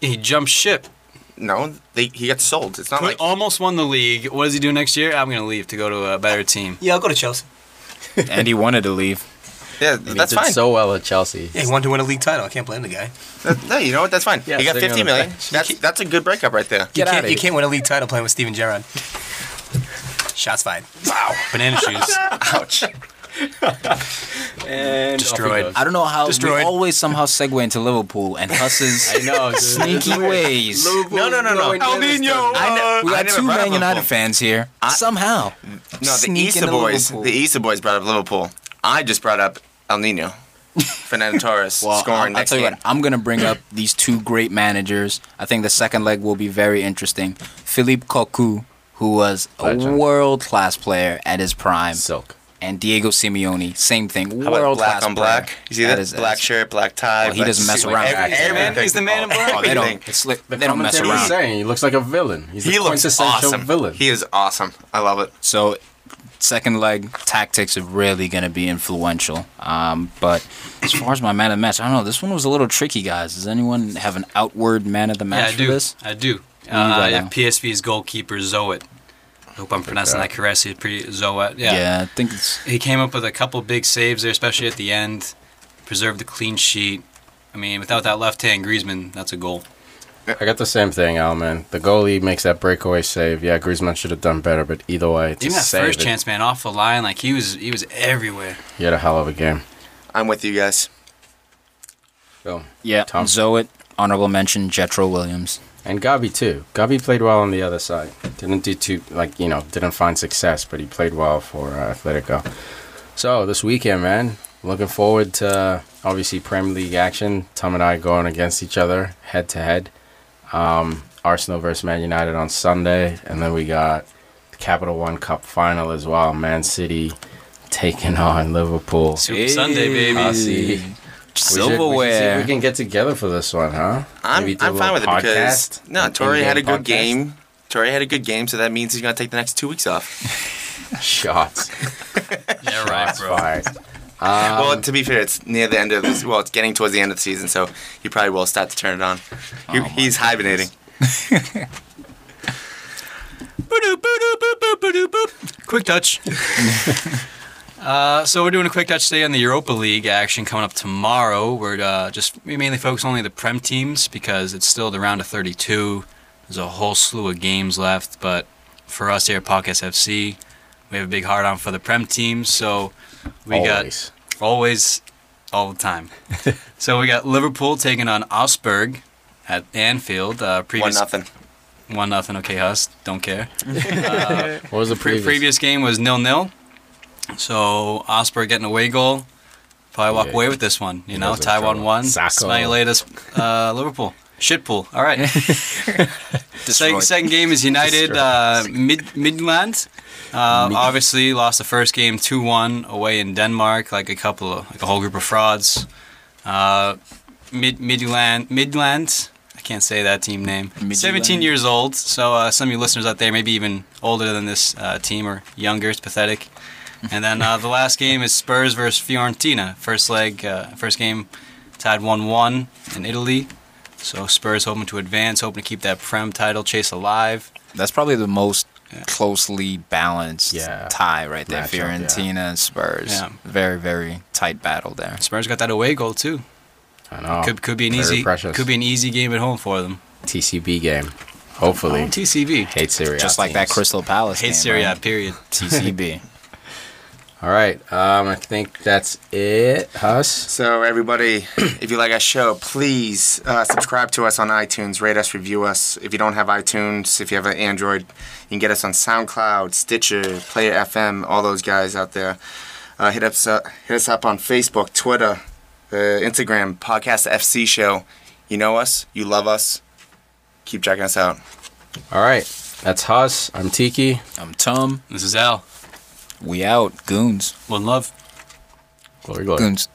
Speaker 4: he jumped ship.
Speaker 1: No, they, he got sold. It's not
Speaker 4: He
Speaker 1: like
Speaker 4: almost won the league. What does he do next year? I'm gonna leave to go to a better team.
Speaker 3: Yeah, I'll go to Chelsea.
Speaker 2: and he wanted to leave.
Speaker 1: yeah,
Speaker 5: He
Speaker 1: that's
Speaker 5: did
Speaker 1: fine.
Speaker 5: so well at Chelsea.
Speaker 3: Yeah, he wanted to win a league title. I can't blame the guy.
Speaker 1: That- no, you know what? That's fine.
Speaker 5: Yeah,
Speaker 1: he got
Speaker 5: sitting on
Speaker 1: 50
Speaker 5: the
Speaker 1: million.
Speaker 5: bench.
Speaker 1: That's that's a good breakup right there.
Speaker 2: Get
Speaker 3: you
Speaker 2: outta
Speaker 3: can't, you
Speaker 2: here.
Speaker 3: can't win a league title playing with Steven Gerrard. Shots fired.
Speaker 4: Banana shoes.
Speaker 1: Ouch.
Speaker 5: And
Speaker 4: Destroyed.
Speaker 5: off he
Speaker 2: I don't know how
Speaker 3: Destroyed.
Speaker 2: we always somehow segue into Liverpool and *laughs* Huss's
Speaker 5: goes. I know. dude.
Speaker 2: sneaky ways.
Speaker 1: No, no, no, no.
Speaker 5: El Nino.
Speaker 1: I,
Speaker 2: We
Speaker 1: I
Speaker 2: got
Speaker 1: never
Speaker 2: two
Speaker 1: brought up
Speaker 2: Man United
Speaker 1: Liverpool.
Speaker 2: fans here. Somehow.
Speaker 1: No, the
Speaker 2: Sneak
Speaker 1: Easter
Speaker 2: into
Speaker 1: boys.
Speaker 2: Liverpool.
Speaker 1: The Easter boys brought up Liverpool. I just brought up El Nino, Fernando Torres
Speaker 2: Well,
Speaker 1: scoring
Speaker 2: I'll, I'll
Speaker 1: next
Speaker 2: tell you
Speaker 1: game.
Speaker 2: what, I'm going to bring up these two great managers. I think the second leg will be very interesting. Philippe Cocu, who was a
Speaker 5: Legend.
Speaker 2: world class player at his prime.
Speaker 5: Silk.
Speaker 2: and Diego Simeone, same thing.
Speaker 1: How about
Speaker 2: World
Speaker 1: black on black? You see that?
Speaker 2: is-
Speaker 1: black shirt, black tie.
Speaker 2: Oh, he
Speaker 1: black
Speaker 2: doesn't mess
Speaker 1: suit,
Speaker 2: around.
Speaker 1: every-
Speaker 4: He's the man-
Speaker 1: everything.
Speaker 4: he's the man in black.
Speaker 1: Oh,
Speaker 2: They
Speaker 1: everything.
Speaker 2: don't. It's like, they don't mess
Speaker 5: Commentator was
Speaker 2: around.
Speaker 5: saying he looks like a villain. He's
Speaker 1: He
Speaker 5: the
Speaker 1: looks
Speaker 5: quintessential
Speaker 1: awesome.
Speaker 5: villain.
Speaker 1: He is awesome. I love it.
Speaker 2: So, second leg tactics are really going to be influential. Um, but as far as my man of the match, I don't know. This one was a little tricky, guys. Does anyone have an outward man of the
Speaker 4: Yeah,
Speaker 2: match
Speaker 4: I
Speaker 2: for
Speaker 4: do.
Speaker 2: this?
Speaker 4: I do.
Speaker 2: got
Speaker 4: Uh, yeah,
Speaker 2: now?
Speaker 4: PSV's goalkeeper Zoet. I hope I'm pronouncing that correctly. Pre- Zoet. Yeah.
Speaker 2: I think it's
Speaker 4: He came up with a couple big saves there, especially at the end. Preserved the clean sheet. I mean, without that left hand, Griezmann, that's a goal.
Speaker 5: I got the same thing, Al, man. The goalie makes that breakaway save. Yeah, Griezmann should have done better, but either way, to
Speaker 4: Even that
Speaker 5: save
Speaker 4: first
Speaker 5: it,
Speaker 4: chance, man, off the line, like he was, he was everywhere.
Speaker 5: he had a hell of a game.
Speaker 1: I'm with you guys.
Speaker 5: Boom.
Speaker 2: yeah.
Speaker 5: Tom.
Speaker 2: Zoet, honorable mention, Jetro Williams.
Speaker 5: And Gabi too. Gabi played well on the other side. Didn't do too like you know didn't find success, but he played well for uh, Atletico. So this weekend, man, looking forward to uh, obviously Premier League action. Tom and I going against each other head to head. Um, Arsenal versus Man United on Sunday, and then we got the Capital One Cup final as well. Man City taking *laughs* on Liverpool.
Speaker 4: Super Sunday, baby.
Speaker 5: I see. We should- we should see if
Speaker 2: Silverware.
Speaker 5: We, can get together for this one, huh?
Speaker 1: I'm,
Speaker 5: Maybe do
Speaker 1: I'm
Speaker 5: a
Speaker 1: fine
Speaker 5: little
Speaker 1: with it because
Speaker 5: podcast,
Speaker 1: no,
Speaker 5: an
Speaker 1: Tori had a
Speaker 5: in-game
Speaker 1: good
Speaker 5: podcast.
Speaker 1: game. Tori had a good game, so that means he's gonna take the next two weeks off.
Speaker 5: *laughs* Shots.
Speaker 4: Yeah, right,
Speaker 5: Shots
Speaker 4: bro.
Speaker 5: fired.
Speaker 1: well, to be fair, it's near the end of this. Well, it's getting towards the end of the season, so he probably will start to turn it on. He- he's hibernating.
Speaker 4: Quick touch. uh, so we're doing a quick touch today on the Europa League action coming up tomorrow. We're uh, just we mainly focus only on the Prem teams because it's still the round of 32. There's a whole slew of games left, but for us here at Podcast FC, we have a big heart on for the Prem teams. So we got
Speaker 5: Always.
Speaker 4: always all the time. so we got Liverpool taking on Augsburg at Anfield. Uh,
Speaker 1: One
Speaker 4: previous
Speaker 1: nothing.
Speaker 4: one nothing. Okay, Huss, don't care.
Speaker 5: What was the
Speaker 4: Pre-
Speaker 5: previous?
Speaker 4: previous game was nil nil. So Osprey getting away goal. Probably walk
Speaker 5: Yeah.
Speaker 4: away with this one. You know,
Speaker 5: was a
Speaker 4: tie
Speaker 5: draw.
Speaker 4: one one.
Speaker 5: Sacco.
Speaker 4: Smell you later, uh, Liverpool. Shitpool. All
Speaker 5: *laughs*
Speaker 4: right. second,
Speaker 2: Destroyed.
Speaker 4: second game is United uh, Mid Midland. Uh, obviously lost the first game two one away in Denmark. Like a couple of like a whole group of frauds. Uh, Mid Midland Midland. I can't say that team name.
Speaker 2: Midland.
Speaker 4: 17 years old. So uh, some of you listeners out there, maybe even older than this uh, team or younger, it's
Speaker 5: *laughs*
Speaker 4: pathetic. And then uh, the last game is Spurs versus Fiorentina. First leg, uh, first game tied 1-1 in Italy. So Spurs hoping to advance, hoping to keep that Prem title chase alive.
Speaker 2: That's probably the most
Speaker 4: Yeah.
Speaker 2: closely balanced
Speaker 5: Yeah.
Speaker 2: tie right there.
Speaker 5: Matchup, yeah.
Speaker 2: Fiorentina and Spurs.
Speaker 4: Yeah.
Speaker 2: Very, very tight battle there.
Speaker 4: Spurs got that away goal too.
Speaker 5: I know.
Speaker 4: could could be an
Speaker 5: Oh, Very
Speaker 4: easy
Speaker 5: precious.
Speaker 4: could be an easy game at home for them.
Speaker 5: TCB game. Hopefully.
Speaker 4: Oh, TCB.
Speaker 5: Hate Syria.
Speaker 2: Just like that Crystal Palace.
Speaker 4: Hate
Speaker 2: game,
Speaker 4: Serie A,
Speaker 2: *laughs* right?
Speaker 4: period.
Speaker 2: TCB.
Speaker 5: All right. Um, I think that's it. Us.
Speaker 1: So everybody, *clears throat* if you like our show, please uh, subscribe to us on iTunes, rate us, review us. If you don't have iTunes, if you have an Android, you can get us on SoundCloud, Stitcher, Player FM, all those guys out there. Uh, hit us up, hit us up on Facebook, Twitter, uh, Instagram, Podcast FC Show. You know us, you love us. Keep checking us out.
Speaker 5: All right. That's Huss. I'm Tiki.
Speaker 2: I'm Tom.
Speaker 4: This is Al.
Speaker 2: We out. Goons.
Speaker 4: One love.
Speaker 5: Glory, glory.
Speaker 2: Goons.